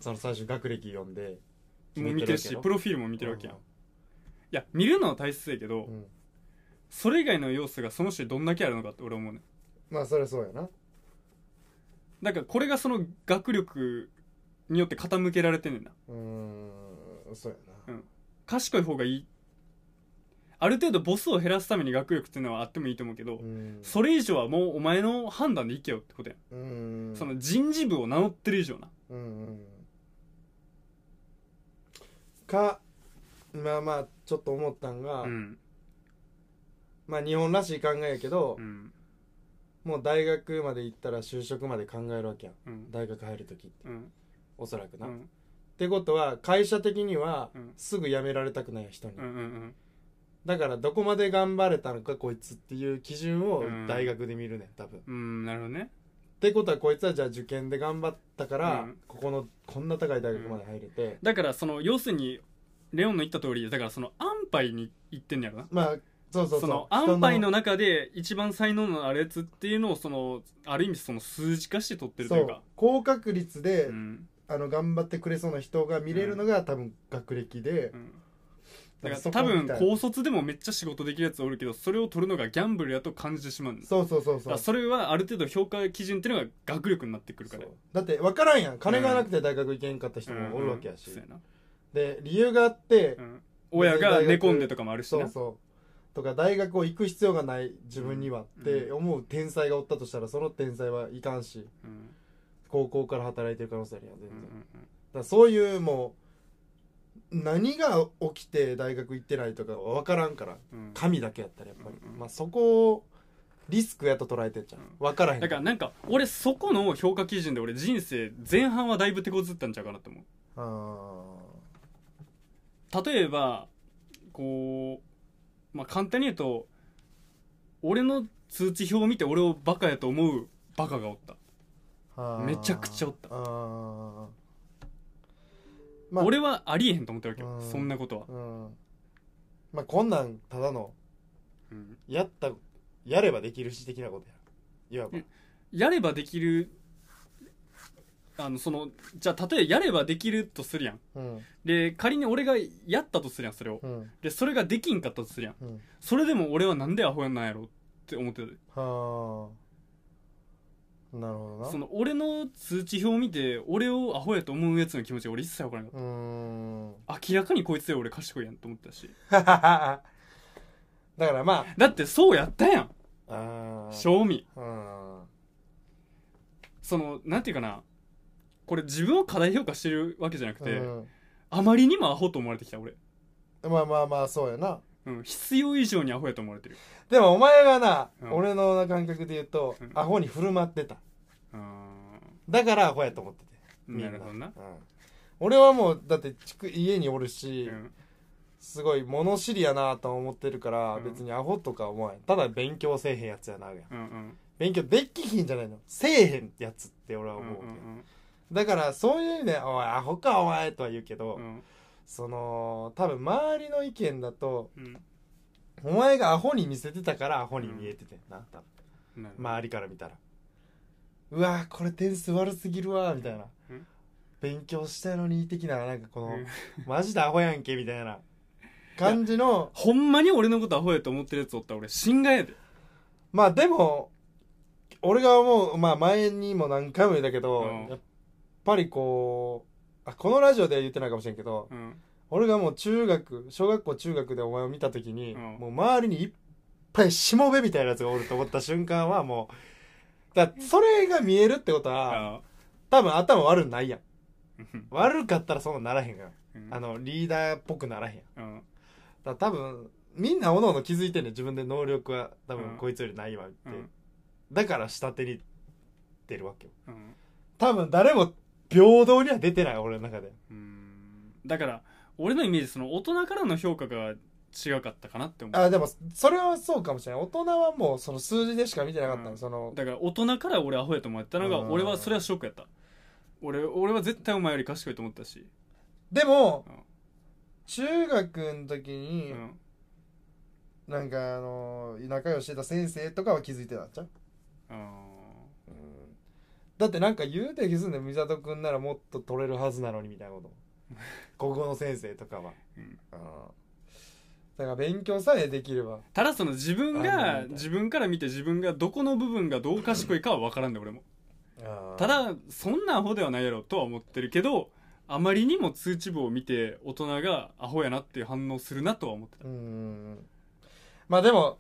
その最初学歴読んでもう見てるしプロロフィールも見てるわけやん、いや見るのは大切やけど、うんそれ以外の要素がその人にどんだけあるのかって俺思うねんまあそりゃそうやなだからこれがその学力によって傾けられてんねんなうーんそうやな賢い方がいいある程度ボスを減らすために学力っていうのはあってもいいと思うけど、うんそれ以上はもうお前の判断でいけよってことやん、うんその人事部を名乗ってる以上なうんうんかまあまあちょっと思ったんが、うんまあ日本らしい考えやけどう、んもう大学まで行ったら就職まで考えるわけやうんん大学入る時ってうんおそらくうな、っんてことは会社的にはうんすぐ辞められたくない人に、うんうんだからどこまで頑張れたのかこいつっていう基準をうん大学で見るねん多分、っうんなるほどねてことはこいつはじゃあ受験で頑張ったから、うんここのこんな高い大学まで入れて、だからその要するにレオンの言った通りだからその安牌に行ってんねやろなまあそうそうそうその安牌人の中で一番才能のあるやつっていうのをそのある意味その数字化して取ってるというか高確率で、うんあの頑張ってくれそうな人が見れるのが多分学歴でう、んだからそこ多み分たいな高卒でもめっちゃ仕事できるやつおるけどそれを取るのがギャンブルやと感じてしまうんだだそうそうそうかそうらそれはある程度評価基準っていうのが学力になってくるからそうだって分からんやん金がなくて大学行けんかった人もおるわけやし、うんそうなで理由があって、うん親が寝込んでとかもあるしそなうそうとか大学を行く必要がない自分にはってう思う天才がおったとしたらその天才はいかんしうん高校から働いてる可能性あるやん全うんう然、だんからそういうもう何が起きて大学行ってないとかは分からんからうん神だけやったらやっぱり、うんうんまあ、そこをリスクやと捉えてんじゃんうん分からへんだからなんか俺そこの評価基準で俺人生前半はだいぶ手こずったんちゃうかなと思うあー例えばこう、まあ、簡単に言うと俺の通知表を見て俺をバカやと思うバカがおった、あーめちゃくちゃおったあーまあ俺はありえへんと思ってるわけうよんそんなことは、うんまあこんなんただのうんやったやればできるし的なことやいわばうんやればできるあのそのじゃあ例えばやればできるとするやんうんで仮に俺がやったとするやんそれをうんでそれができんかったとするやんうんそれでも俺はなんでアホやなんやろっって思ってたではあなるほどなその俺の通知表見て俺をアホやと思うやつの気持ちが俺一切分からなかっうーんた明らかにこいつより俺賢いやんと思ったしだからまだってそうやったやんああー正味うんそのなんていうかなこれ自分を過大評価してるわけじゃなくて、うんあまりにもアホと思われてきた俺、まあまあまあそうやなうん、必要以上にアホやと思われてるでもお前がな、うん俺の感覚で言うと、うんアホに振る舞ってたうーだからアホやと思っててんなるほどな、うん、俺はもうだってちく家におるし、うんすごい物知りやなとは思ってるから、うん別にアホとか思わへんただ勉強せえへんやつやなあげんうんうん勉強できひんじゃないのせえへんやつって俺はうん思うわうけ、んだからそういう意味で「おいアホかお前」とは言うけど、うんその多分周りの意見だとうんお前がアホに見せてたからアホに見えててんな多分なるほど周りから見たらうわーこれ点数悪すぎるわーみたいな、うん勉強したのに的ななんかこの、うんマジでアホやんけみたいな感じのほんまに俺のことアホやと思ってるやつおったら俺心外やでまあでも俺が思うまあ前にも何回も言ったけど、うんやっぱりこうあこのラジオでは言ってないかもしれんけどうん俺がもう中学小学校中学でお前を見た時に、うんもう周りにいっぱいしもべみたいなやつがおると思った瞬間はもうだそれが見えるってことはあ多分頭悪ないやんーうん悪かったらそんなならへんから、うんあのリーダーっぽくならへんやんうんだから多分みんなおのの気づいてんねん自分で能力は多うん分こいつよりないわって、うんだから下手に出るわけようん多分誰も平等には出てない俺の中でうんだから俺のイメージその大人からの評価が違かったかなって思うあでもそれはそうかもしれない大人はもうその数字でしか見てなかったの、うんそのだから大人から俺アホやと思ってたのがうん俺はそれはショックやった俺俺は絶対お前より賢いと思ったしでも、うん中学の時うに、んなんかあの仲良ししてた先生とかは気づいてたんちゃうあだってなんか言うて気づんで美里くんならもっと取れるはずなのにみたいなこと [laughs] 国語の先生とかは、うんだから勉強さえできれーばただその自分あがー自分から見て自分がどこの部分がどう賢いかは分からんで俺もただそんなアホではないやろとは思ってるけどあまりにも通知簿を見て大人がアホやなっていう反応するなとは思ってたうんまあでも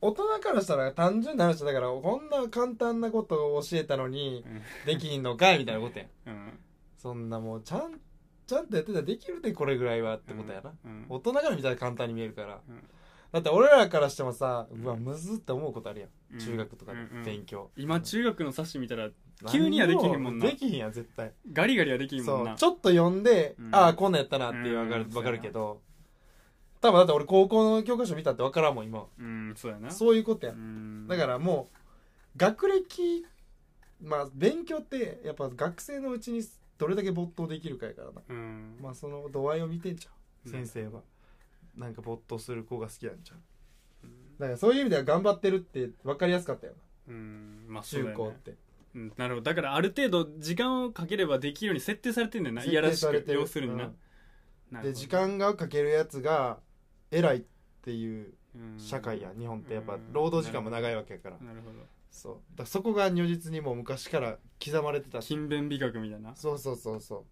大人からしたら単純な話だからこんな簡単なことを教えたのにできんのかいみたいなことやんうんうんそんなもうちゃんちゃんとやってたらできるでこれぐらいはってことやな、うん大人から見たら簡単に見えるから、うんだって俺らからしてもさんうわむずって思うことあるやん、うん中学とかでうんうん勉強、今中学の冊子見たら急にはできひんもんなできひんやん絶対ガリガリはできんもそんうなちょっと読んで、うんああこんなんやったなってわかる,、うんわかるけど多分だって俺高校の教科書見たってわからんもん今うんそうやなそういうことやんうんだからもう学歴まあ勉強ってやっぱ学生のうちにどれだけ没頭できるかやからなうんまあその度合いを見てんじゃんうん先生はなんか没頭する子が好きなんじゃんだからそういう意味では頑張ってるって分かりやすかったよなうんまあそうだ中よ高っねてうんなるほどだからある程度時間をかければできるように設定されてんねんな設いやら定しされくてる要するにな,うなるほど、んで時間がかけるやつが偉いっていううん社会や日本ってやっぱうん労働時間も長いわけやからなるほどそうだからそこが如実にもう昔から刻まれてたし勤勉美学みたいなそうそうそうそう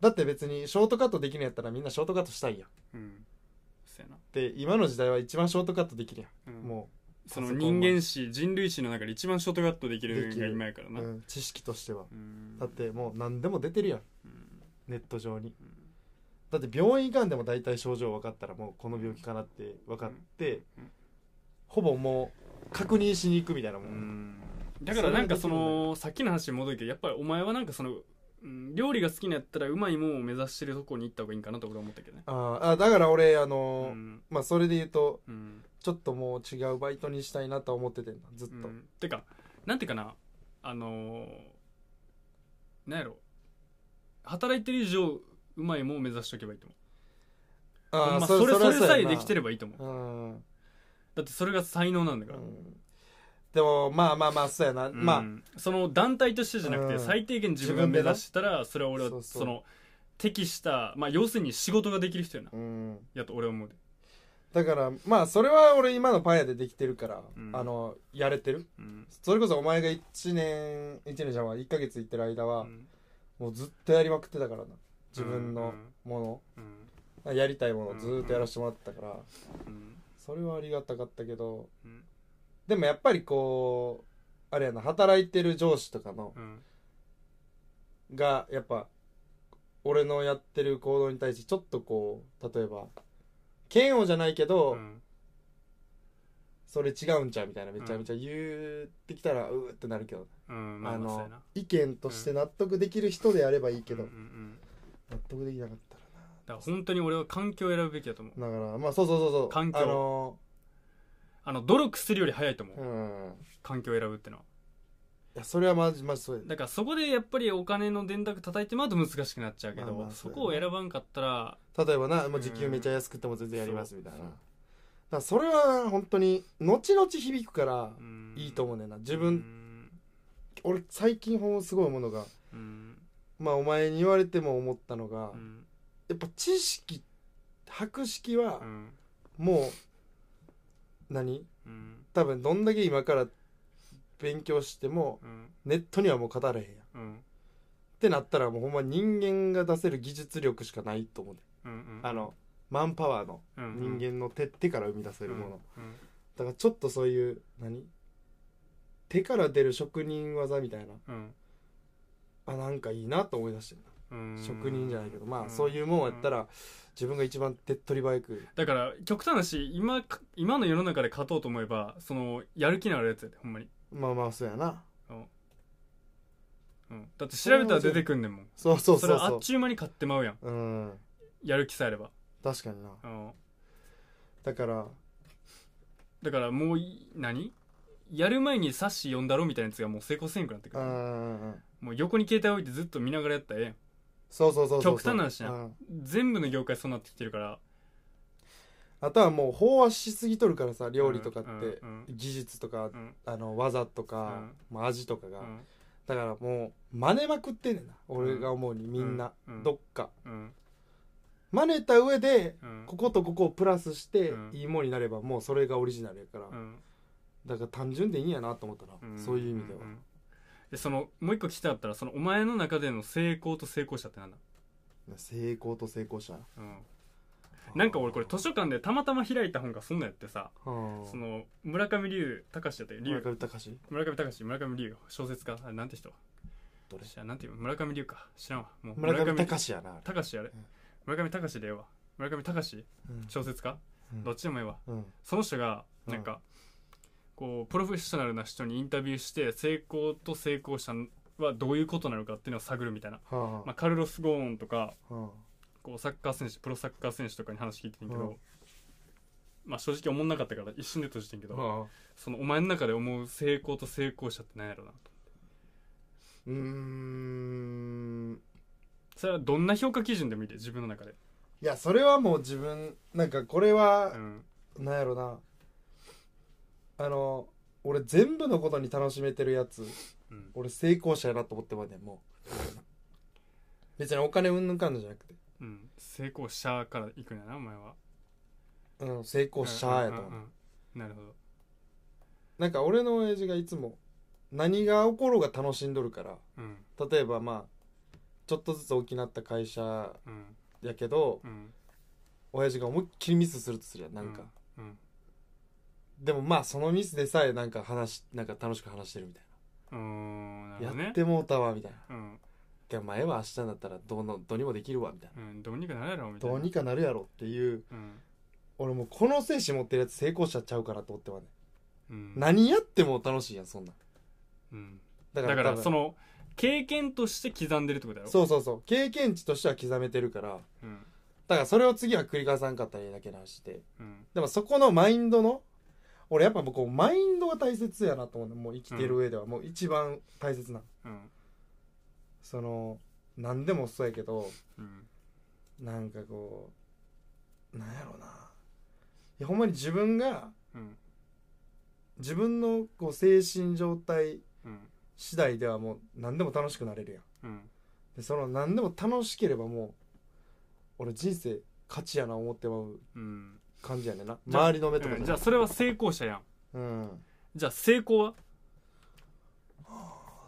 だって別にショートカットできるんやったらみんなショートカットしたいやんうんそうやなで今の時代は一番ショートカットできるやうんんもうその人間史人類史の中で一番ショートカットできるのが今やからう、な、うん、知識としてはうんだってもう何でも出てるやんうんネット上にうんだって病院行かんでも大体症状分かったらもうこの病気かなって分かってうんほぼもう確認しに行くみたいなもうんんだからなんかそのさっきの話に戻るけどやっぱりお前はなんかその、うん料理が好きなやったらうまいもんを目指してるとこに行った方がいいんかなと俺は思ったけどねあーあだから俺あうのーんまあそれで言うとうんちょっともう違うバイトにしたいなとは思っててんなずっと、うんてかなんていうかなあのー、なんやろ働いてる以上うまいもんを目指しておけばいいと思あうーまあ、それそれさえできてるればいいと思ううん、うんだってそれが才能なんだから、でもまあまあまあそうやな、うんまその団体としてじゃなくてうん最低限自分が目指したらそれは俺はそうそうその適したまあ要するに仕事ができる人やなあうんやと俺は思うでだからまあそれは俺今のパン屋でできてるから、うんあのやれてるうんそれこそお前が1年1年じゃん1ヶ月行ってる間は、もうずっとやりまくってたからな自分のもの、うんやりたいものをずーっとやらせてもらってたから、うんそれはありがたかったけどうんでもやっぱりこうあれやな働いてる上司とかのうんがやっぱ俺のやってる行動に対してちょっとこう例えば嫌悪じゃないけど、うんそれ違うんちゃうみたいなめちゃめちゃ言ってきたらうーってなるけど、うんまああまあそうやのな意見として納得できる人でやればいいけど、うんうんうん納得できなかったらだから本当に俺は環境を選ぶべきだと思うだからまあそうそうそうそう環境あのあの努力するより早いと思う、うん環境を選ぶってのはいやそれはマジマジそうやだからそこでやっぱりお金の電卓叩いてもらうと難しくなっちゃうけど、まあまあそそうやなこを選ばんかったら例えばなもううん時給めちゃ安くても全然やりますみたいな、そうだからそれは本当に後々響くからいいとう思うねんな自う分、ん俺最近ほんますごいものがうんまあお前に言われても思ったのが、うんやっぱ知識博識はうんもう、何うん多分どんだけ今から勉強してもうんネットにはもう語れへんやんっうんてなったらもうほんま人間が出せる技術力しかないと思うね、うんあのマンパワーの人間の手手から生み出せとるもの、うんだからちょっとそういう何手から出る職人技みたいなうんあなんかいいなと思い出してるうん職人じゃないけどまうあんそういうもんやったら自分が一番手っ取り早くだから極端なし今か今の世の中で勝とうと思えばそのやる気のあるやつやでほんまに、まあまあそうやなうん、だって調べたら出てくんねんもんそうそうそそれうはあそっちゅう間に買ってまうやんううんやる気さえあれば、確かになうん、だからだからもうい何やる前に冊子読んだろみたいなやつがもう成功せんくなってくうるんうんうんもう横に携帯置いてずっと見ながらやったらええやんそうそうそうそう極端な話なうん全部の業界そうなってきてるからあとはもう飽和しすぎとるからさ料理とかって、うん技術とかうんあの技とか、まあ味とかうが、んだからもう真似まくってんねんな俺が思うにみんな、うんどっかうん真似た上でうんこことここをプラスしてうんいいもんになればもうそれがオリジナルやから、うんだから単純でいいんやなと思ったな、うんそういう意味では、んでそのもう一個聞きたかったらそのお前の中での成功と成功者ってなんだ、成功と成功者うん、なんか俺これ図書館でたまたま開いた本がそんなんやってさうんその村上龍隆だったよ村龍上隆村上隆村上龍小説家あれなんて人どれ知らんなんていう村上龍か知らんわもう村上隆やなあれ隆やれ、村上隆でええわ村上隆うん小説家、うんどっちでもええわうんその人がなんか、こうプロフェッショナルな人にインタビューして成功と成功者はどういうことなのかっていうのを探るみたいな、はあはあまあ、カルロス・ゴーンとかはこうサッカー選手プロサッカー選手とかに話聞いてんけど、うんまあ正直思んなかったから一瞬で閉じてんけど、あはあそのお前の中で思う成功と成功者って何やろうなとうーんそれはどんな評価基準でもいいで自分の中で、いやそれはもう自分なんかこれうは、ん、なんやろなあの俺全部のことに楽しめてるやつうん俺成功者やなと思ってまうねんもう別にお金うんぬんかんぬんじゃなくて、うん、成功者からいくんやなお前はうん、成功者やと思うう,、んうんうんうんなるほどなんか俺の親父がいつも何が起ころうが楽しんどるからうん例えばまあちょっとずつ大きなった会社うんやけどうん親父が思いっきりミスするとするやんなんか、うんでもまあそのミスでさえなんか話なんか楽しく話してるみたいうーんなるな、ほどねやってもうたわみたいなうん、でも前は明日になったらどうのどうにもできるわみたいなうん、どうにかなるやろみたいなどうにかなるやろっていううん、俺もうこの精神持ってるやつ成功者ちゃうかなと思ってはねうん、何やっても楽しいやんそんなんうん、だだから多分その経験として刻んでるってことだろう、そうそうそう経験値としては刻めてるからうんだからそれを次は繰り返さんかったらいいだけの話でうんでもそこのマインドの俺やっぱこうマインドが大切やなと思うねもう生きてる上では、もう一番大切なうんその何でもそうやけどうんなんかこうなんやろうないやほんまに自分がうん自分のこう精神状態うん次第ではもう何でも楽しくなれるやんうんでその何でも楽しければもう俺人生価値やな思ってまううん感じやねんなじゃあ周りの目とかうんじゃあそれは成功者やんうんじゃあ成功は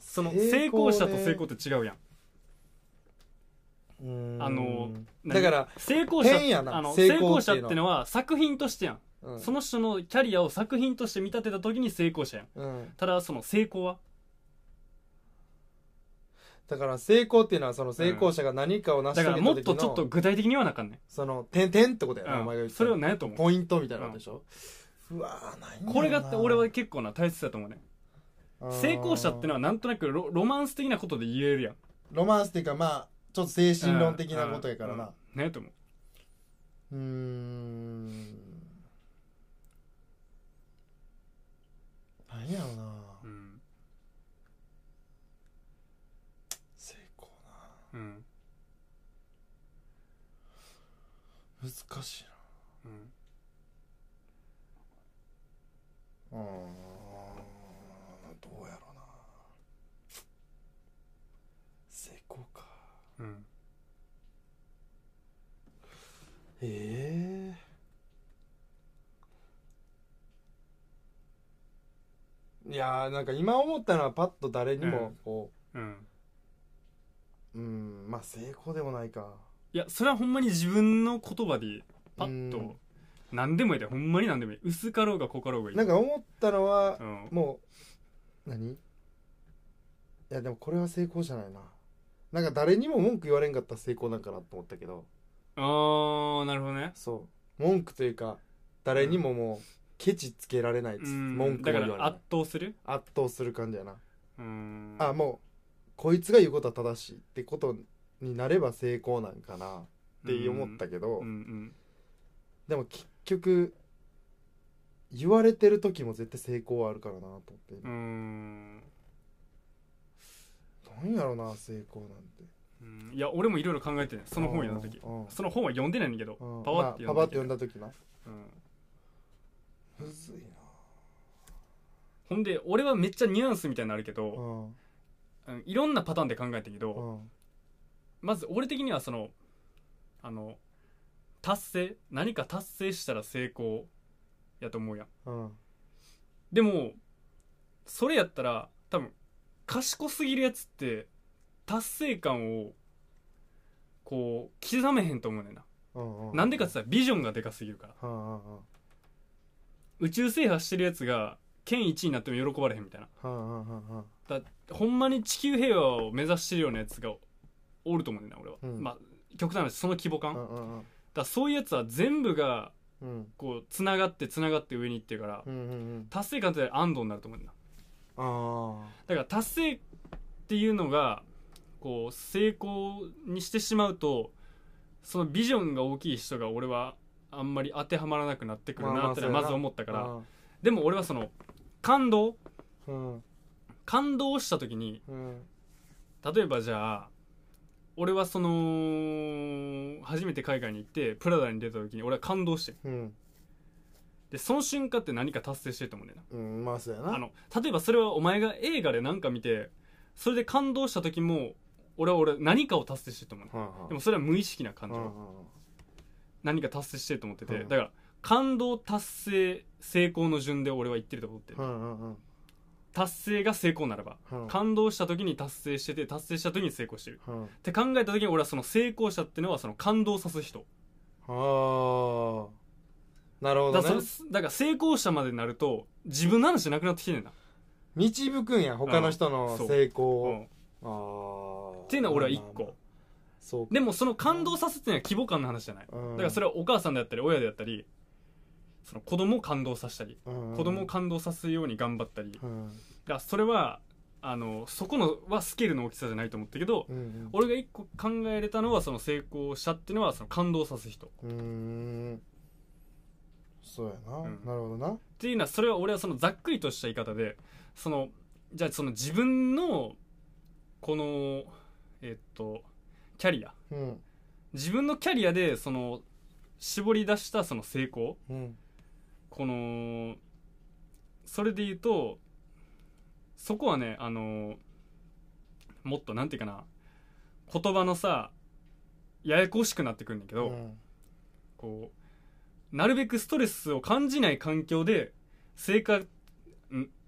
その成成功功ね者と成功って違うやんうんあのだから成功者変やなあの成成功功者っってていうのは作品としてやん、うんその人のキャリアを作品として見立てた時に成功者やんうんただその成功はだから成功っていうのはその成功者が何かを成しだか遂らもげたっ時とちょっとの具体的にはなあかんねその点々ってことやん、なおう前がん言ってそれはた何やと思うポイントみたいなことでしょうわーないんだよなこれがって俺は結構な大切だと思うね成功者ってのははなんとなくロロマンス的なことで言えるやんロマンスっていうかまあちょっと精神論的なことやからなうんうんねと思ううーん何やろなうん成功なうん難しいうんなうーんどうやろな成功かうんええいやーなんか今思ったのはパッと誰にうもんこうんううん、まあ成功でもないかいやそれはほんまに自分の言葉でパッうとん何でもいいでほんまに何でもいい薄かろうが濃かろうがいいなんか思ったのはうんもう何いやでもこれは成功じゃないななんか誰にも文句言われんかったら成功なんかなと思ったけどあーなるほどねそう文句というか誰にももうケチつけられないつ、うん文句だかを言われらない圧倒する圧倒する感じやなうんあもうこいつが言うことは正しいってことになれば成功なんかなって思ったけど、うんうんでも結局言われてる時も絶対成功はあるからなと思って、うんうんなんやろな成功なんてうんいや俺もいろいろ考えてねその本読んだ時うんうんその本は読んでないんだけどうんパワーってまあパワ読ーって読んんだだ時なけどうんむずいほんで俺はめっちゃニュアンスみたいなのあるけなうどんうんいろんなパターンで考えたけどうんまず俺的にはそのあの達成何か達成したら成功やと思うやんうんでもそれやったら多分賢すぎるやつって達成感をこう刻めへんと思うねんなうんなんでかって言ったらビジョンがでかすぎるからうんうんうん宇宙制覇してるやつが県1位になっても喜ばれへんみたいなうんうんうんうんだほんまに地球平和を目指してるようなやつがおると思うねんな俺は、うんまあ極端な話その規模感、うだかんうんらそういうやつは全部がうんこうつながってつながって上に行ってるから、うんうんうん達成感って安堵になると思うんだあだから達成っていうのがこう成功にしてしまうとそのビジョンが大きい人が俺はあんまり当てはまらなくなってくるまあまなあってのはそまうやなず思ったあから、あでも俺はその感動あうん感動した時にうん例えばじゃあ俺はその初めて海外に行ってプラダに出た時に俺は感動してるうんでその瞬間って何か達成してると思うねんだようんまあそうやななあの例えばそれはお前が映画で何か見てそれで感動した時も俺は俺何かを達成してると思うねんうんうんでもそれは無意識な感情、うんうん何か達成してると思ってて、うんだから感動達成成功の順で俺は言ってると思ってる、うんうんうん達成が成功ならば、うん感動した時に達成してて達成した時に成功してるうんって考えた時に俺はその成功者ってのはその感動さす人ああなるほだどからねそだから成功者までになると自分の話じゃなくなってきてんねんな、導くんや他の人の成功うをんっああていうのは俺は一個そうでもその感動さすっていうのは規模感の話じゃない、だからそれれはお母さんであったり親であったりその子供を感動させたり、子子供を感動させるように頑張ったり、うんだからそれはあのそこのはスケールの大きさじゃないと思ったけど、うん俺が一個考えれたのはその成功者っていうのはその感動さす人っうんうんそうやなうんなるほどなていうのはそれは俺はそのざっくりとした言い方でそのじゃあその自分のこのえっとキャリアうん自分のキャリアでその絞り出したその成功うんこのそれで言うとそこはねあのもっとなんていうかな言葉のさややこしくなってくるんだけど、うんこうなるべくストレスを感じない環境で成果ん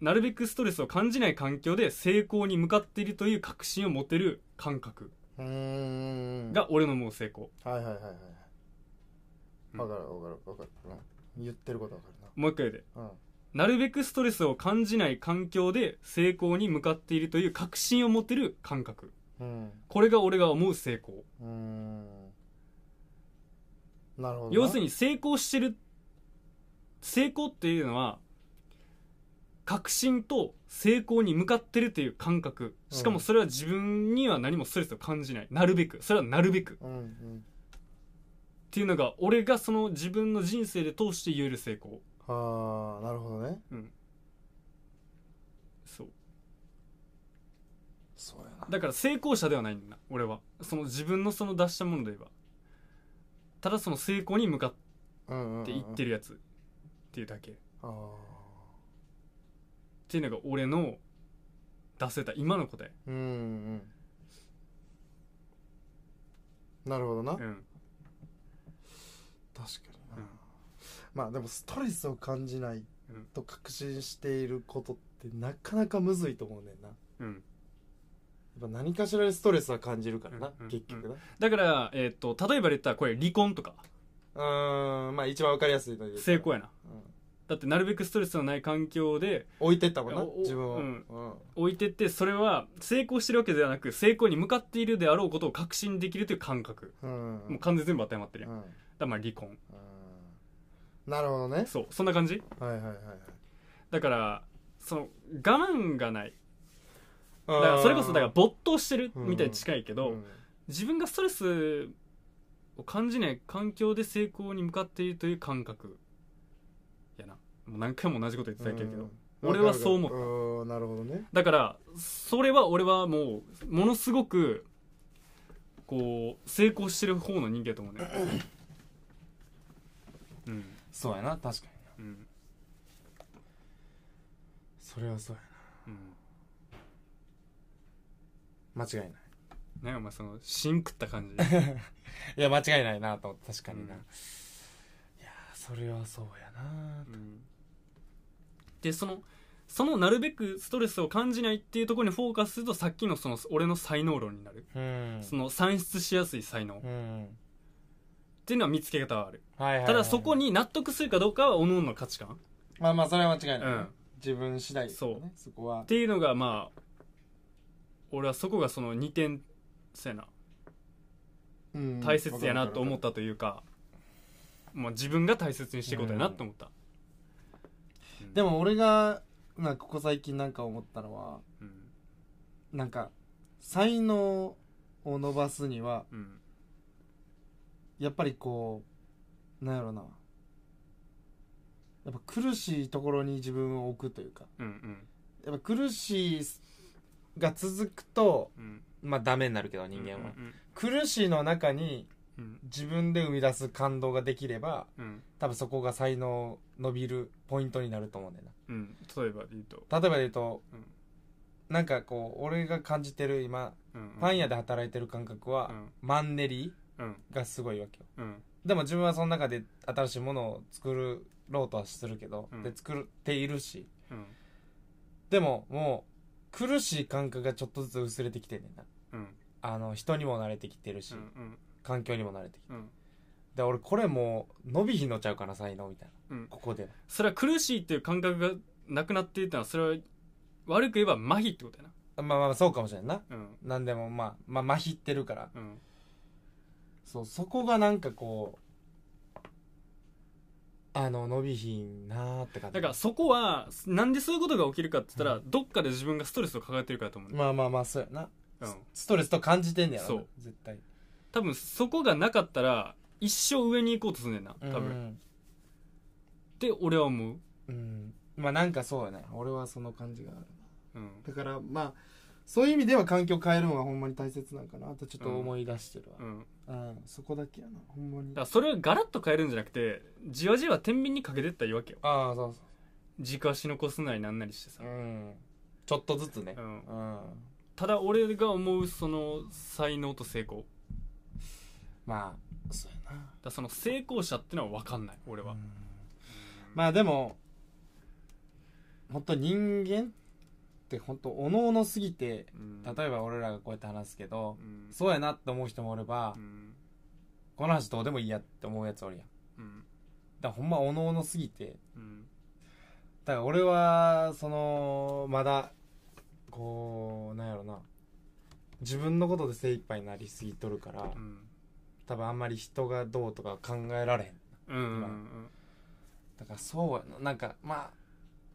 なるべくストレスを感じない環境で成功に向かっているという確信を持てる感覚うーんが俺のもう成功はいはいはいはいうんわかるわかるわかる、うん、言ってることわかもう一回でるななるべくストレスを感じない環境で成功に向かっているという確信を持てる感覚うんこれが俺が思う成功うんうーんなるほどな要するに成功してる成功っていうのは確信と成功に向かってるという感覚しかもそれは自分には何もストレスを感じないなるべくそれはなるべくっうんうんていうのが俺がその自分の人生で通して言える成功ああなるほどねそうそうやなだから成功者ではないんだ俺はその自分のその出したもので言えばただその成功に向かっっていってるやつっていうだけっあていうのが俺の出せた今の答えあうんうんなるほどな、う確んかにな、うんまあでもストレスを感じないうんと確信していることってなかなかむずいと思うねんなやうんっぱ何かしらでストレスは感じるからな、うんうん結局なだから、えっと例えばで言ったらこれ離婚とかうーんまあ一番わかりやすいので言うと成功やなうんだってなるべくストレスのない環境で置いてったもんなおお自分を、うんうん置いてってそれは成功してるわけではなく成功に向かっているであろうことを確信できるという感覚うんもう完全に全部当てはまってるうやんだかんらまあ離婚うんなるほどねそうそんな感じはいはいはいはいだからその我慢がないだだからそれこそだから没頭してるみたいに近いけど、自分がストレスを感じない環境で成功に向かっているという感覚やなもう何回も同じこと言ってたけど、俺はそう思った思ったなるほどねだからそれは俺はもうものすごくこう成功してる方の人間だと思うね [laughs] うんそうやな確かにうんそれはそうやうんな間違いない何お前そのシンクっ [laughs] た感じいや間違いないなと思って確かにな、うんいやーそれはそうやなうんでそのそのなるべくストレスを感じないっていうところにフォーカスするとさっきのその俺の才能論になる、うんその算出しやすい才能っうんていうのは見つけ方はある、はいはいはいただそこに納得するかどうかは各々の価値観まあまあそれは間違いない、うん自分次第だよねそこはっていうのがまあ俺はそこがその2点せやなうん大切やなと思ったというか、まあ、自分が大切にしていくことやなと思った、うんで、も俺がなんかここ最近なんか思ったのはうんなんか才能を伸ばすにはうんやっぱりこうなんやろなやっぱ苦しいところに自分を置くというかうんうんやっぱ苦しいが続くとうんまあダメになるけど人間は、うん苦しいの中にうん自分で生み出す感動ができればうん多分そこが才能伸びるポイントになると思うんだようん例えばで言うと、な例えばで言うと、うんなんかこう俺が感じてる今うんパン屋で働いてる感覚はう、んマンネリうんがすごいわけようんでも自分はその中で新しいものを作ろうとはするけど、うんで作っているしうんでももう苦しい感覚がちょっとずつ薄れてきてんねんなうんあの人にも慣れてきてるし、うん環境にも慣れてきてうんで俺これもう伸びひんのちゃうかな才能みたいなうんここでそれは苦しいっていう感覚がなくなっていったのはそれは悪く言えば麻痺ってことやまあまあまあそうかもしれんななうんなんでもまあまあ麻痺ってるからうんそうそこがなんかこうあの伸びひんなーって感じだからそこはなんでそういうことが起きるかって言ったら、どっかで自分がストレスを抱えてるからと思うね、まあまあまあそうやな、うん、ストレスと感じてんねやろなそう絶対多分そこがなかったら一生上に行こうとすんねんな多分、っ分て俺は思う、うん、まあなんかそうやね俺はその感じがあるうん、だからまあそういう意味では環境変えるのがほんまに大切なんかなとちょっと思い出してるわうん、だうん、そこだけやなほんまにかあらそれをガラッと変えるんじゃなくてじわじわ天秤にかけてったらいいわけよあそうそ軸足残すなりなんなりしてさう、うんちょっとずつねうん、うんただ俺が思うその才能と成功まあそうやならその成功者ってのは分かんない俺は、まあでも本当人間って本当おのおのすぎてうん例えば俺らがこうやって話すけど、うんそうやなって思う人もおれば、うんこの話どうでもいいやって思うやつおるやんうんだからほんまおのおのすぎてうんだから俺はそのまだこうなんやろな自分のことで精一杯になりすぎとるから、うん多分あんまり人がどうとか考えられうへんんうんうんだからそうやななんかまあ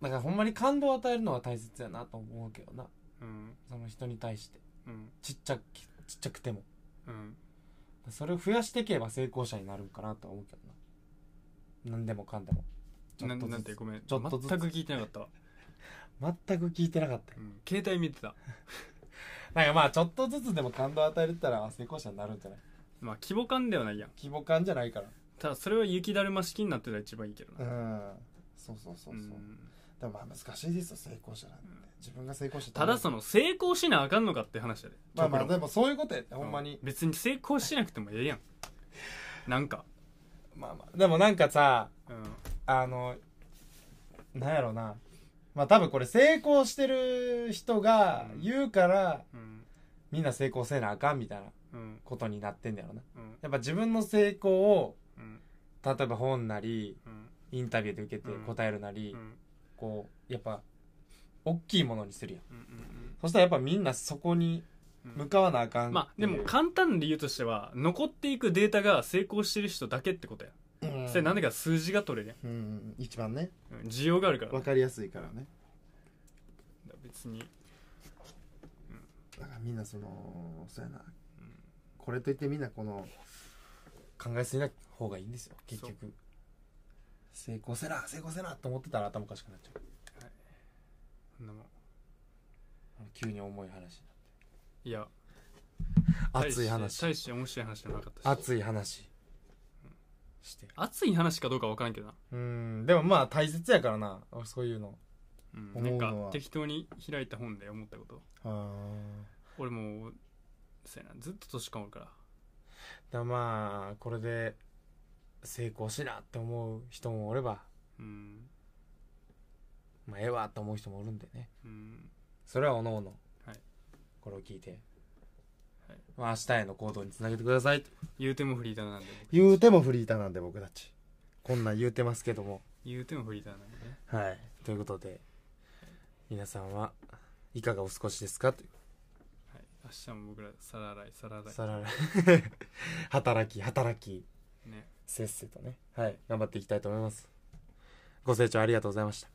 だからほんまに感動を与えるのは大切やなと思うけどなうんその人に対してうんちっちゃくちっちゃくてもうんそれを増やしていけば成功者になるんかなと思うけどな何でもかんでもちょなっんとなんずてつごめんちょっとずつ全く聞いてなかったわ、全く聞いてなかったようん、携帯見てたなんかまあちょっとずつでも感動を与えれたら成功者になるんじゃないまあ規模感ではないやん規模感じゃないからただそれは雪だるま式になってたら一番いいけどうな、んそうそうそうそう、うんでもまあ難しいですよ成功者なんて、自分が成功者ただそのの成功しなあかんのかって話やでまあまあ極論でもそういうことやってほんまうに、別に成功しなくてもええやんなんかまあまあでもなんかさうんあのなんやろなまあ多分これ成功してる人が言うからうんみんな成功せなあかんみたいなうんことになってんだよなうんやっぱ自分の成功をうん例えば本なりうんインタビューで受けて答えるなり、うんこうやっぱ大きいものにするやんうんうんそしたらやっぱみんなそこにうん向かわなあかんまあでも簡単な理由としては残っていくデータが成功してる人だけってことや、うんそれなんでか数字が取れるうんうん一番ねやんうん需要があるからわかりやすいからね別にだからみんなそのそうやな、うんこれといってみんなこの考えすぎない方がいいんですよ結そ局成功せな成功せなと思ってたら頭おかしくなっちゃうそんなもん急に重い話いや熱大いして話大して面白い話じゃなかったし熱い話して熱い話かどうか分からんけどなうんでもまあ大切やからなそういうのうん思うのはなんか適当に開いた本で思ったこと俺もうそうやなずっと年かもるからだからまあこれで成功しなって思う人もおればうんまあええわと思う人もおるんでねうんそれはおのおのはいこれを聞いて、はいまあ明日への行動につなげてください言うてもフリーターなんで僕言うてもフリーターなんで僕たちこんなん言うてますけども言うてもフリーターなんでねはいということで皆さんはいかがお過ごしですかというはい明日も僕ら皿洗い皿洗いさら [laughs] 働き働きねせっせとねはい頑張っていきたいと思いますご清聴ありがとうございました